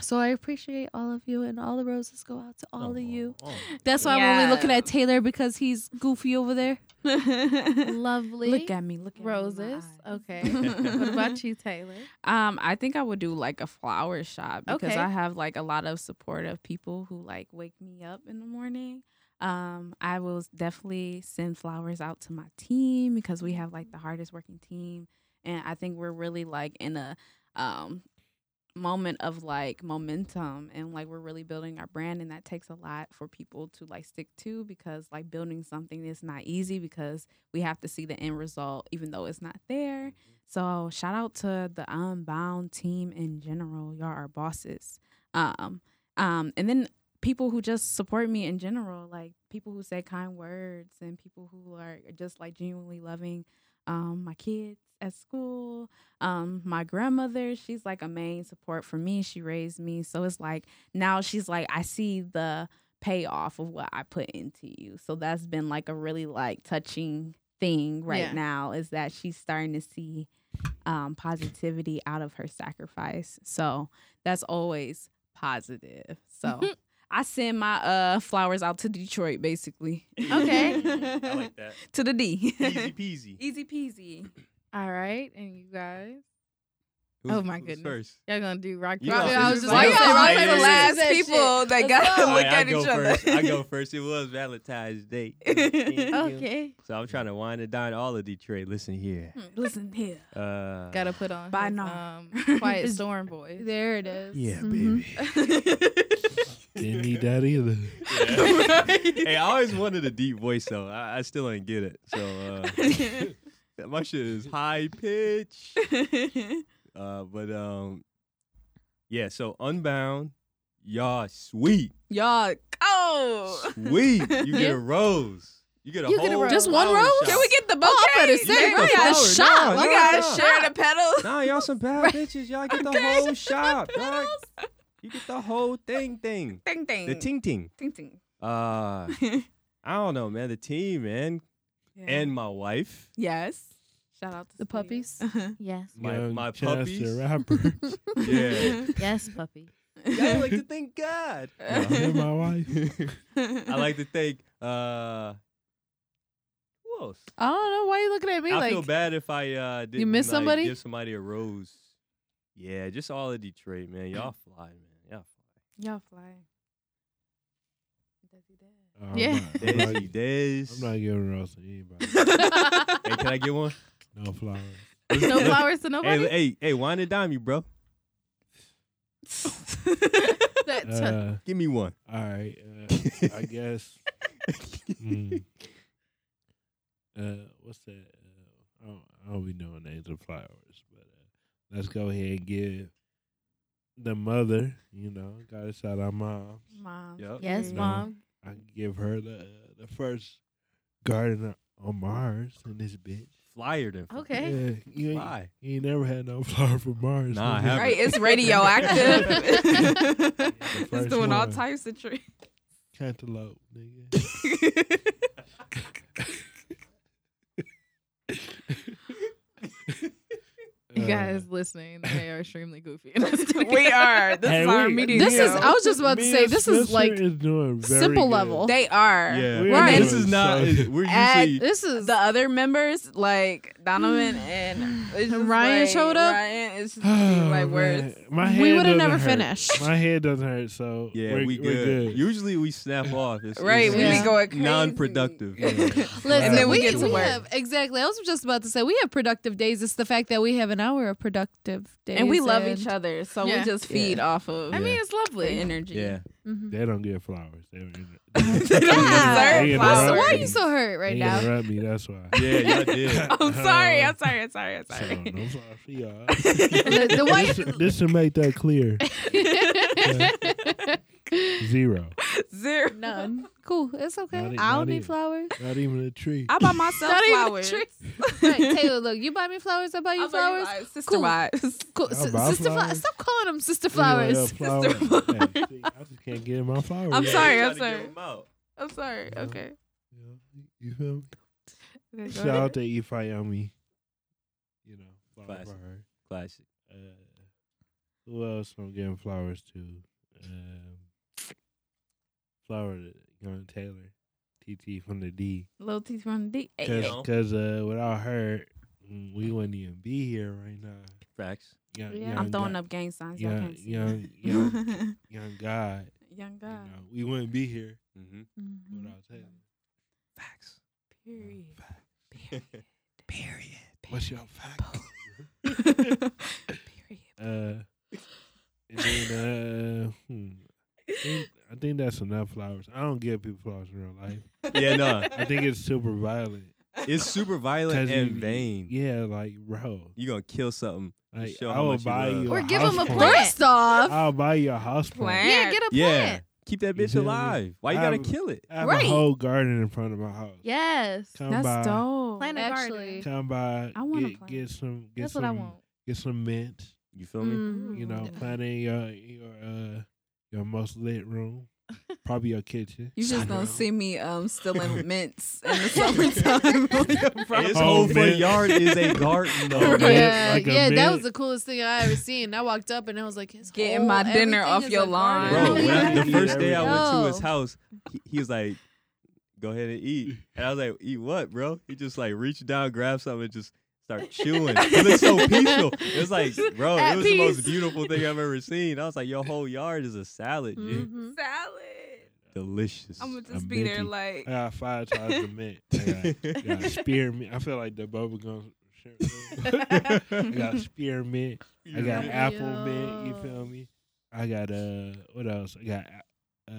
so I appreciate all of you and all the roses go out to all of you. Oh. That's why I'm only looking Yeah. at Taylor because he's goofy over there. Lovely. Look at me. Look at me in my Roses. eyes. Okay. what about you, Taylor? Um, I think I would do like a flower shop because Okay. I have like a lot of supportive people who like wake me up in the morning. Um, I will definitely send flowers out to my team because we have like the hardest working team, and I think we're really like in a um moment of like momentum and like we're really building our brand and that takes a lot for people to like stick to because like building something is not easy because we have to see the end result even though it's not there so shout out to the Unbound team in general. Y'all are bosses. Um, um, and then people who just support me in general, like people who say kind words and people who are just like genuinely loving um my kids at school. Um, my grandmother, she's like a main support for me. She raised me. So it's like now she's like, I see the payoff of what I put into you. So that's been like a really like touching thing right Yeah. now is that she's starting to see um, positivity out of her sacrifice. So that's always positive. So I send my uh flowers out to Detroit basically. Okay. I like that. to the D. Easy peasy. Easy peasy. All right, and you guys, Who's- Oh my who's goodness. first? y'all gonna do rock You paper- know, I it's was just Why like- y'all Why always y'all the say last that shit? people that Let's gotta All go. look right, at I each go other? first. I go first. It was Valentine's Day. Okay, So I'm trying to wind and dine all of Detroit. Listen here. Listen here. Uh, gotta put on By his, now. um, quiet storm voice. There it is. Yeah, Mhm. baby. Didn't need that either. Mm-hmm. hey, I always wanted a deep voice though. I, I still ain't get it. So uh, my shit is high pitch. Uh, but um, yeah. So Unbound, y'all sweet, y'all go. sweet. You get Yeah. a rose. You get a Oh. You whole get a rose. Just one flower rose? shop. Can we get the bouquet? Oh, I'm gonna say, Yeah, bro, we you got no, shot. no, Look we no, at no. gotta share the petals. Nah, y'all some bad bitches. Y'all get the whole shop. dog. You get the whole thing thing. Ding ding. The ting ting. Ting ting. Uh, I don't know, man. The team, man, Yeah. and my wife, yes. Shout out to The puppies. Yes. my Young my Chester puppies. Rapper. Yeah, Yes, puppy. I like to thank God. Yeah, him and my wife. I like to thank. Uh, who else? I don't know why you looking at me I like feel bad if I uh didn't miss like, somebody? give somebody a rose. Yeah, just all of Detroit, man. Y'all fly, man. Y'all Y'all fly. Oh, Yeah. I'm not, I'm fly. Daisy, not, I'm Days. not giving rose to anybody. Hey, can I get one? No flowers. No flowers to nobody. Hey, hey, hey, wine and dime you, bro. that. Uh, Give me one. all right. Uh, I guess. Hmm. Uh, what's that? Uh, I, don't, I don't be knowing names of flowers, but uh, let's go ahead and give the mother. You know, got to shout out mom. Mom. Yup. Yes, No. mom. I can give her the uh, the first garden on Mars in this bitch. Flyer than Okay, Yeah, you, ain't, fly. you ain't never had no flower from Mars. Nah, I nigga. haven't. Right, it's radioactive. it's first doing all one. types of tricks. Cantaloupe, nigga. you Uh, guys listening, they are extremely goofy. and that's okay. we are. This Hey, is our we- meeting. This is. now. I was just about to me say. and This is Spencer like. is doing very simple good. level. They are. Yeah, We're Right. This is doing not. so is- good. We're At- usually. This is The other members, like Donovan and it's just Ryan like, showed up? Ryan is just Oh, like words. man. My head we would have doesn't never hurt. finished. My head doesn't hurt, so Yeah, we're, we good. We're good. Usually we snap off. It's, Right, it's, we it's be going crazy. non-productive. Yeah. Listen, And then we we, get to we work. have exactly. I was just about to say we have productive days. It's the fact that we have an hour of productive days, and we love each other, so Yeah. we just feed off of I mean, it's the lovely. energy. yeah. Mhm. they don't get flowers. They don't inter- They don't Yeah. deserve They So why interrupt are me. you so hurt right they now? interrupt me. That's why. Yeah, y'all did. I'm Oh, sorry. I'm sorry. I'm sorry. I'm So, sorry. no flowers for y'all. The, the this, white. this should make that clear. Zero. Zero. None. Cool. It's okay. Not e- I not don't need even. flowers. Not even a tree. I buy myself Not even flowers. trees. Right, Taylor, look, you buy me flowers. I buy I you buy flowers. wives, Sister Cool. wives. Cool. I'll S- buy sister flowers. flowers. Stop calling them sister You know, flowers. flowers. Sister Hey, see, I just can't get in my flowers. I'm Yeah, Yeah. sorry, you I'm tried to give sorry. 'em out. I'm sorry. Yeah. Okay. Yeah, You feel me? Oh Okay, go Shout ahead. out to Ifeomi. You know, flowers for Classic. her. Classic. Uh, who else I'm getting flowers to? Um, flower to Young Taylor, TT from the D. Little T from the D. Hey, Because yo. uh, without her, mm, we wouldn't even be here right now. Facts. Young, Yeah. I'm throwing guy, up gang signs. Y'all Young, can't see. young, young, Young, young God. You guy. know, we wouldn't be here Mm-hmm. without Taylor. Facts. Period. Period. What's your fact? Period. uh, and then, uh, hmm, I, think, I think that's enough flowers. I don't give people flowers in real life. Yeah, no. I think it's super violent. It's super violent 'Cause and you- vain. Yeah, like bro, You gonna kill something. like show I how will much you buy love. you, Or a give 'em house a plant. plant. First off, I'll buy you a house plant. Plant. yeah, get a Yeah. plant. Keep that You bitch feel me? alive. Why you I gotta have- kill it? I have Right. a whole garden in front of my house. Yes, Come by, That's dope. plant a Actually. garden. come by. I want a get, plant. get some. Get That's some, what I want. Get some mint. You feel me? Mm-hmm. Mm. Mm-hmm. You know, Mm. plant in your your uh your most lit room. Probably your kitchen. You just gonna Sunroom. see me um stealing mints Mm, in the summertime. And his Oh, whole front man. yard is a garden, though. Oh, man. man. yeah, Like a yeah, that was bit. the coolest thing I ever seen. I walked up and I was like, his Getting my whole- dinner everything off is your a lawn. garden. Bro, when I- the Yeah. first day I went to his Yo. house, he, he was like, "Go ahead and eat," and I was like, "Eat what, bro?" He just like reached down, grabbed something, and just start chewing. It looked so peaceful. It was like, bro, At it was the most peace. beautiful thing I've ever seen. I was like, "Your whole yard is a salad, G. Mhm. Salad. delicious." Mm-hmm. I'm gonna A just be there minty. like I got five times the mint. I got, I got spearmint. I feel like the bubblegum. I got spearmint. I got apple mint. You feel me? I got uh, what else? I got uh,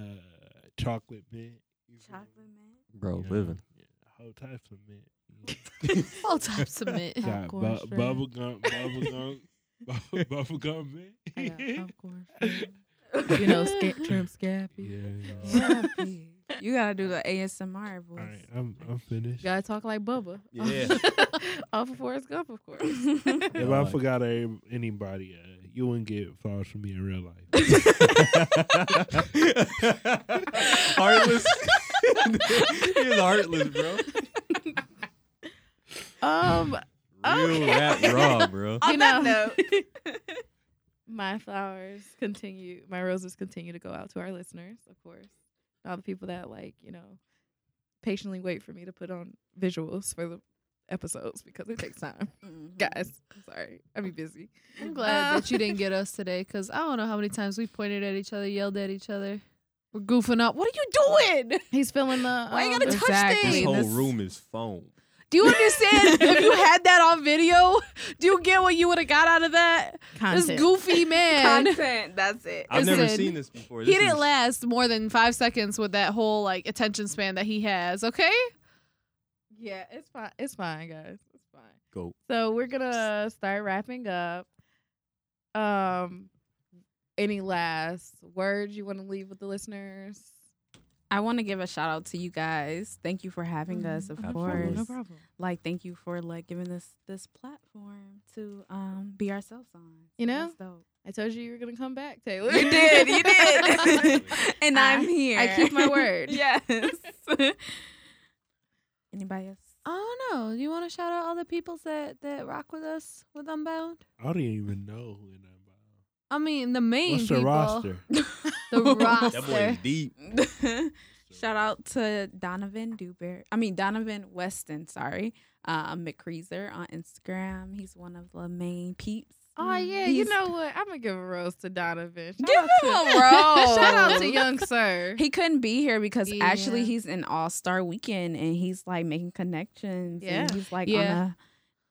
chocolate mint. you feel chocolate me? bro, You know, living. yeah, whole type of mint. All types of mint. got bu- Popcorn shrimp. bubble gum, bubble gum, bu- bubble gum mint. I got yeah, popcorn. shrimp. you know, sca- shrimp scabby. yeah. man. Yuppie. you gotta do the ASMR All voice. right, I'm I'm finished. Gotta talk like Bubba. Off of Forrest Gump, of course. If Yeah, I like- forgot a- anybody, uh, you wouldn't get flowers from me in real life. heartless. He's heartless, bro. um, Real Okay. rap raw, bro. you know, note. my flowers continue, my roses continue to go out to our listeners, of course. All the people that, like, you know, patiently wait for me to put on visuals for the episodes because it takes time. Guys, I'm sorry. I be busy. Mm-hmm. I'm glad Uh, that you didn't get us today because I don't know how many times we pointed at each other, yelled at each other. We're goofing up. What are you doing? He's feeling the. Why you gotta um, touch exactly. things? This whole this- room is foam. Do you understand if you had that on video? Do you get what you would have got out of that? This content. goofy man. Content. That's it. I've never Listen, seen this before. He This didn't is- last more than five seconds with that whole like attention span that he has, okay? Yeah, it's fine. It's fine, guys. It's fine. Go. So we're gonna start wrapping up. Um, any last words you want to leave with the listeners? I want to give a shout out to you guys. Thank you for having us, of Absolutely. course. no problem. Like, thank you for like giving this this platform to um be ourselves on. You So that's dope. I told you you were gonna come back, Taylor. You did, you did. and I- I, am here. I keep my word. yes. Anybody else? I don't know. Do you want to shout out all the peoples that that rock with us with Unbound? I don't even know who in that I mean, the main What's the people. roster? The That boy roster. is deep. Shout out to Donovan Dewberry. I mean Donovan Weston, sorry. Uh, McCreezer on Instagram. He's one of the main peeps. Oh yeah, you He's- know what? I'm gonna give a rose to Donovan. Shout Give out him to- a rose. Shout out to young sir. He couldn't be here because actually Yeah. he's in All Star Weekend and he's like making connections. and Yeah. he's like Yeah. on a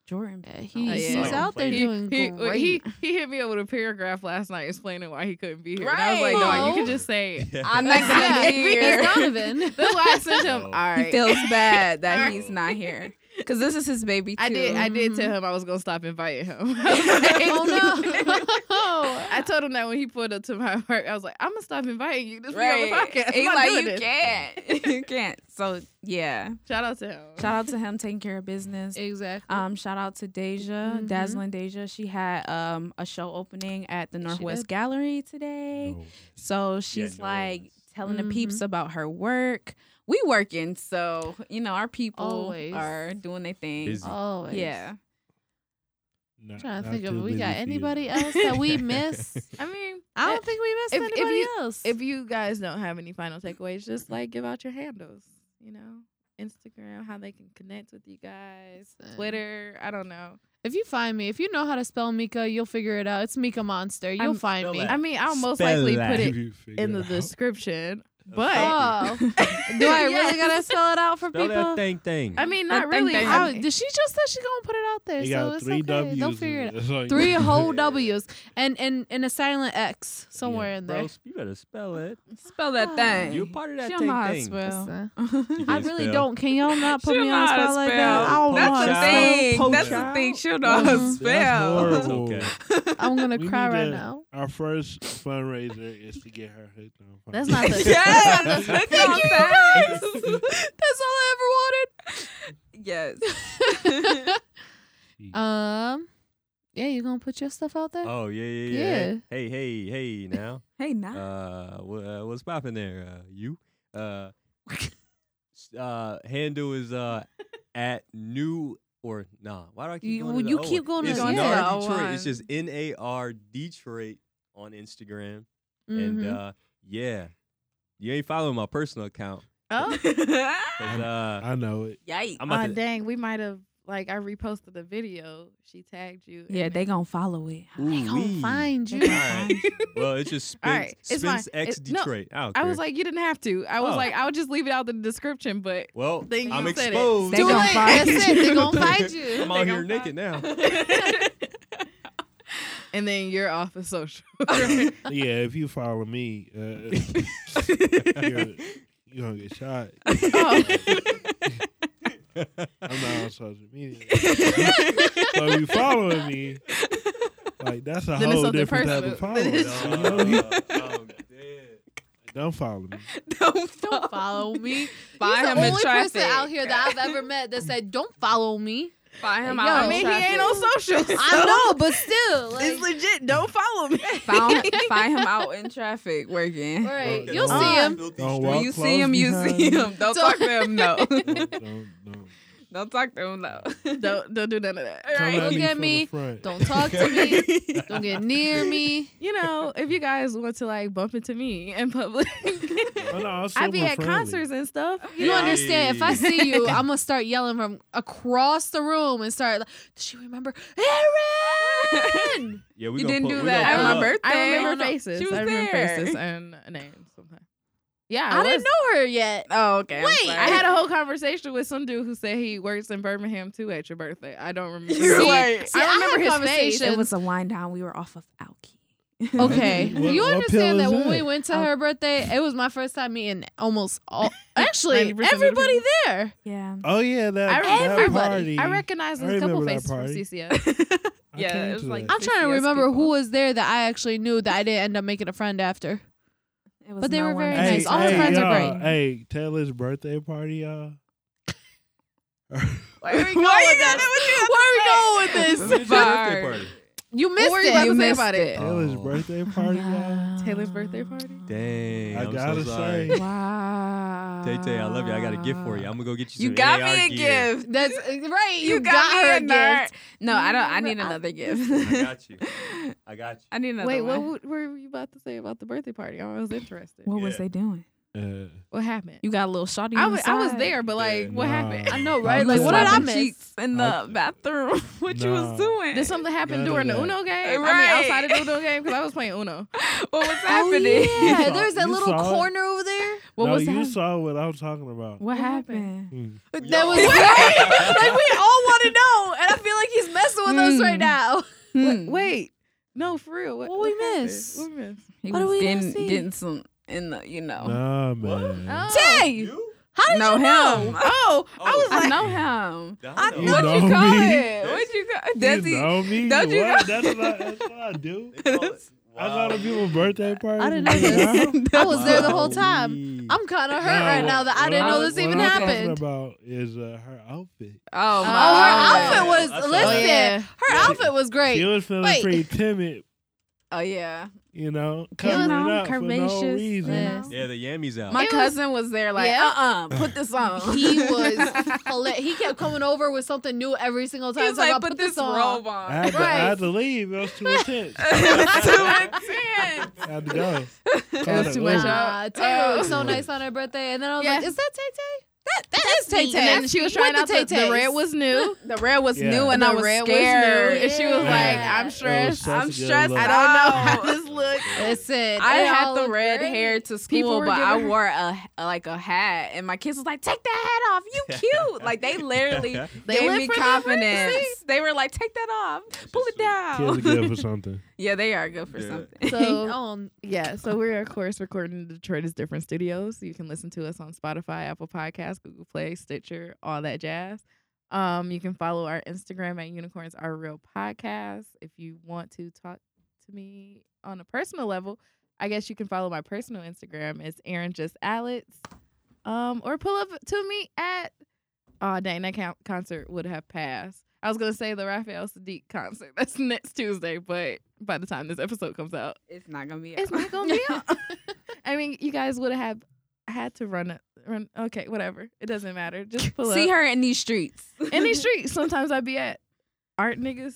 Jordan. Yeah, path. he's, Oh, yeah. he's out there He- doing he, uh, great. he he hit me up with a paragraph last night explaining why he couldn't be here. And I was like, Right. dog, you Oh. could just say I'm not gonna be yeah, it's here. Donovan. That's why I sent him. No. All right. He feels bad that Alright. he's not here because this is his baby. Too. I did. I did Mhm. tell him I was gonna stop inviting him. oh no. I told him that when he pulled up to my work, I was like, "I'm gonna stop inviting you. This right. right. be on the podcast. He I'm not like doing you this." can't, you can't. So yeah, Shout out to him. shout out to him taking care of business. Exactly. Um, shout out to Deja, Mm-hmm. Mhm. dazzling Deja. She had um a show opening at the Northwest did. Gallery today. No. So she's no like one's- telling the peeps Mm-hmm. about her work. We working, so you know our people Always. are doing their thing. Busy. Always. Yeah, Not, Trying to not think too of we busy got for you. anybody else that we miss. I mean, I eh, don't think we missed If- if anybody you- else. if you guys don't have any final takeaways, just like give out your handles. You know, Instagram, how they can connect with you guys. Listen. Twitter. I don't know. If you find me, if you know how to spell Mika, you'll figure it out. It's Mika Monster. You'll I'm- find Spell me. that. I mean, I'll most Spell likely that. put If it you figure in the it out. description, Thank but. you. Oh, do I really gotta spell it out for Spell that people? thing thing. I mean, That not thing really. that- I How, would- did she just said she gonna put it out there? You so got it's three okay. W's. They'll in figure it out. That's all you Three need. whole W's and and and a silent X somewhere Yeah. in there. bro, you better spell it. spell that thing. You're part of that She thing don't know how to thing. spell. Listen, You uh, I can't really spell. don't. Can y'all not put She'll me know on a how to spell like spell. that? I don't know That's how a to Poke thing. child. spell. That's the the Poke thing. thing. She'll know That's- how to Mm-hmm. that's spell. horrible. It's okay. I'm gonna We cry need right to- now. Our first fundraiser is to get her hooked on. That's podcast. not the- Yes. Thank Thank you, guys. That's all I yes. ever wanted. um, Yeah, you gonna put your stuff out there? Oh yeah, yeah, yeah. Yeah. Hey, hey, hey! Now, Hey, nah. uh, wh- uh, what's popping there? Uh, you, uh, s- uh, handle is uh at new or nah. Why do I keep You- going? well, to the you old keep one? going to it's the old NAR one. Detroit. It's just N A R Detroit on Instagram, and Mhm. uh, yeah, you ain't following my personal account. Oh, 'cause, uh, I know it. Yikes. I'm Aw, about to, dang, we might have like I reposted the video. She tagged you. yeah, and they it- gonna follow it. They gonna Ooh-wee. find They you. gonna Alright. find you. Well, it's just Spence, All right, it's fine. Spence X It- no, Detroit. I, don't I was care. like, you didn't have to. I was Oh. like, I would just leave it out the description, but well, Then you I'm said it. exposed. They Too gonna late. find That's it. They you. gonna find you. I'm They out here gonna naked now. and then you're off of social. Yeah, if you follow me, uh, you're, you're gonna get shot. Oh. I'm not on social media. so if you following me, like that's a Then it's whole something different type of personal. follow. Then it's- You know? I'm dead. Don't follow me. Don't Don't follow. follow me. Find He's him the in only traffic. person out here that I've ever met that said, "Don't follow me." Find him Yo, out. I mean, he ain't on social. I know, but still, It's like, legit. Don't follow me. Found, find him out in traffic working. all right, Oh, Don't- you'll don't- see him. Filthy Don't street. walk When you see close him, you behind see me. him. Don't Don't- talk to him. No. Don't, don't, don't. Don't talk to him. No. Don't don't do none of that. Come look at from the me. front. Don't talk to me. Don't get near me. You know, if you guys want to like bump into me in public, Oh, no, I'm I be super at friendly. concerts and stuff. You Yeah. understand? If Hey. I see you, I'm gonna start yelling from across the room and start. Like, Does she remember? Aaron. Yeah, we You gonna didn't pull- do we that gonna at pull my up. birthday. I Oh, remember no. faces. She was I remember there. faces and names sometimes. Yeah, I, was. didn't know her yet. Oh, okay. I'm Wait, sorry. I had a whole conversation with some dude who said he works in Birmingham too at your birthday. I don't remember. You're See, right. see, I I, remember his had face. conversations. It was a wind down. We were off of Alki. Okay, What- you what pill understand is that when that? we went to her birthday, it was my first time meeting almost all. 90% Actually, of the everybody there. Yeah. Oh yeah, that, I that remember. party. I recognize I a couple remember that faces from party. CCS. I Yeah, came it was to like- that. I'm trying to CCS remember who people. was there that I actually knew that I didn't end up making a friend after. It was But they no were one very there. nice. All her friends are y'all, great. Hey, Taylor's birthday party, y'all. Where we Why you going with gotta- this? Where are we going with It's this? your birthday Fire. party. You What missed were you about it. to You say missed about it? it. Taylor's Oh. birthday party, y'all. Uh, Taylor's birthday party? Dang, I I'm gotta so sorry. say. Wow. Tay Tay, I love you. I got a gift for you. I'm gonna go get you. You some got NAR me a gear. gift. uh, That's right. You, got, her a me gift. a gift. No, I don't. I Remember need Alki. another gift. I got you. I got you. I need another Wait, what, one. what were you about to say about the birthday party? I was interested. What was Yeah. they doing? Uh, What happened? You got a little shawty. I on the was, I was side. there, but like, what nah. happened? I know, right? I'm Like, cool. what did I Slapping miss? cheeks in the I- bathroom? What you Nah. was doing? Did something happen None of during the that. Uno game? Right. I mean, outside of the Uno game? Because I was playing Uno. what was Oh, happening? yeah, saw- there's that you little saw it? corner over there. What no, was you happening? saw what I was talking about. What happened? happened? Mm. That was great. like we all want to know, and I feel like he's messing with us Mm. right now. Wait, wait. no, for real. What, What we happened? miss? What we miss? He What do was we not getting, see? getting some in the, you Oh. know. Nah, What? man. Tay, You? how did know you know? him. Oh, I Oh. was I like, I know him. I know. You what know you me. call it? What you call You Does he? know me? don't you What? know- That's, what I, that's what I do. They call it- I go to Wow. people's birthday parties. I didn't know this. I was there the whole time. Wowee. I'm kind of hurt Nah, right now that I what didn't know this what even I'm happened. talking about is uh, her outfit. Oh, Oh, my her God. outfit was I saw listen. it. Yeah. Her outfit was She great. was feeling Wait. pretty timid, Oh, yeah. you know, was covering up for no curvaceous, reason. Yeah. Yeah, the yammies out. My It was- cousin was, there, like, Yeah. uh uh put this on. He was. hila- he kept coming over with something new every single time. He's So I like, gotta put this on. robe I on. had, to, I had to leave. It was too intense. I had to go. Called was it too much Uber. out. Nah, Taylor was so Ooh. nice on her birthday, and then I was Yeah. like, "Is that Tay Tay? That that is Tay And Tay." then she was trying With out the, the Tay-Tays. red was new. The red was Yeah. new, and The I was red was new, scared. and she was like, Yeah. I'm It was stressed. such a I'm good stressed. look. I I don't know how don't this looks. Listen, I it had all the looked red great. hair to People school, were but I giving her- wore a a- like a hat, and my kids was like, "Take that hat off, you cute!" like they literally They gave live me for their confidence. They were like, "Take that off, That's pull just it sweet. Kids are down." good for something. yeah, they are good for Yeah. something. So Um, Yeah, so we're of course recording in Detroit is different studios. You can listen to us on Spotify, Apple Podcasts, Google Play, Stitcher, all that jazz. Um, you can follow our Instagram at Unicorns Are Real Podcast. If you want to talk to me on a personal level, I guess you can follow my personal Instagram. It's Aaron Just Alex. Um, or pull up to me at oh dang, that con- concert would have passed. I was gonna say the Raphael Sadiq concert. That's next Tuesday, but by the time this episode comes out, It's not gonna be. it's out. not gonna be out. I mean, you guys would have had to run it. Run. Okay, whatever. It doesn't matter. Just pull See up. her in these streets. in these streets. Sometimes I'd be at art niggas,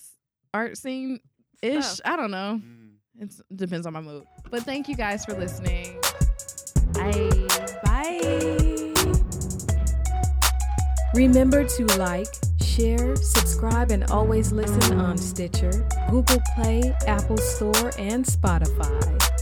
art scene ish. I don't know. Mm. It depends on my mood. But thank you guys for listening. Bye. Bye. Remember to like, share, subscribe, and always listen on Stitcher, Google Play, Apple Store, and Spotify.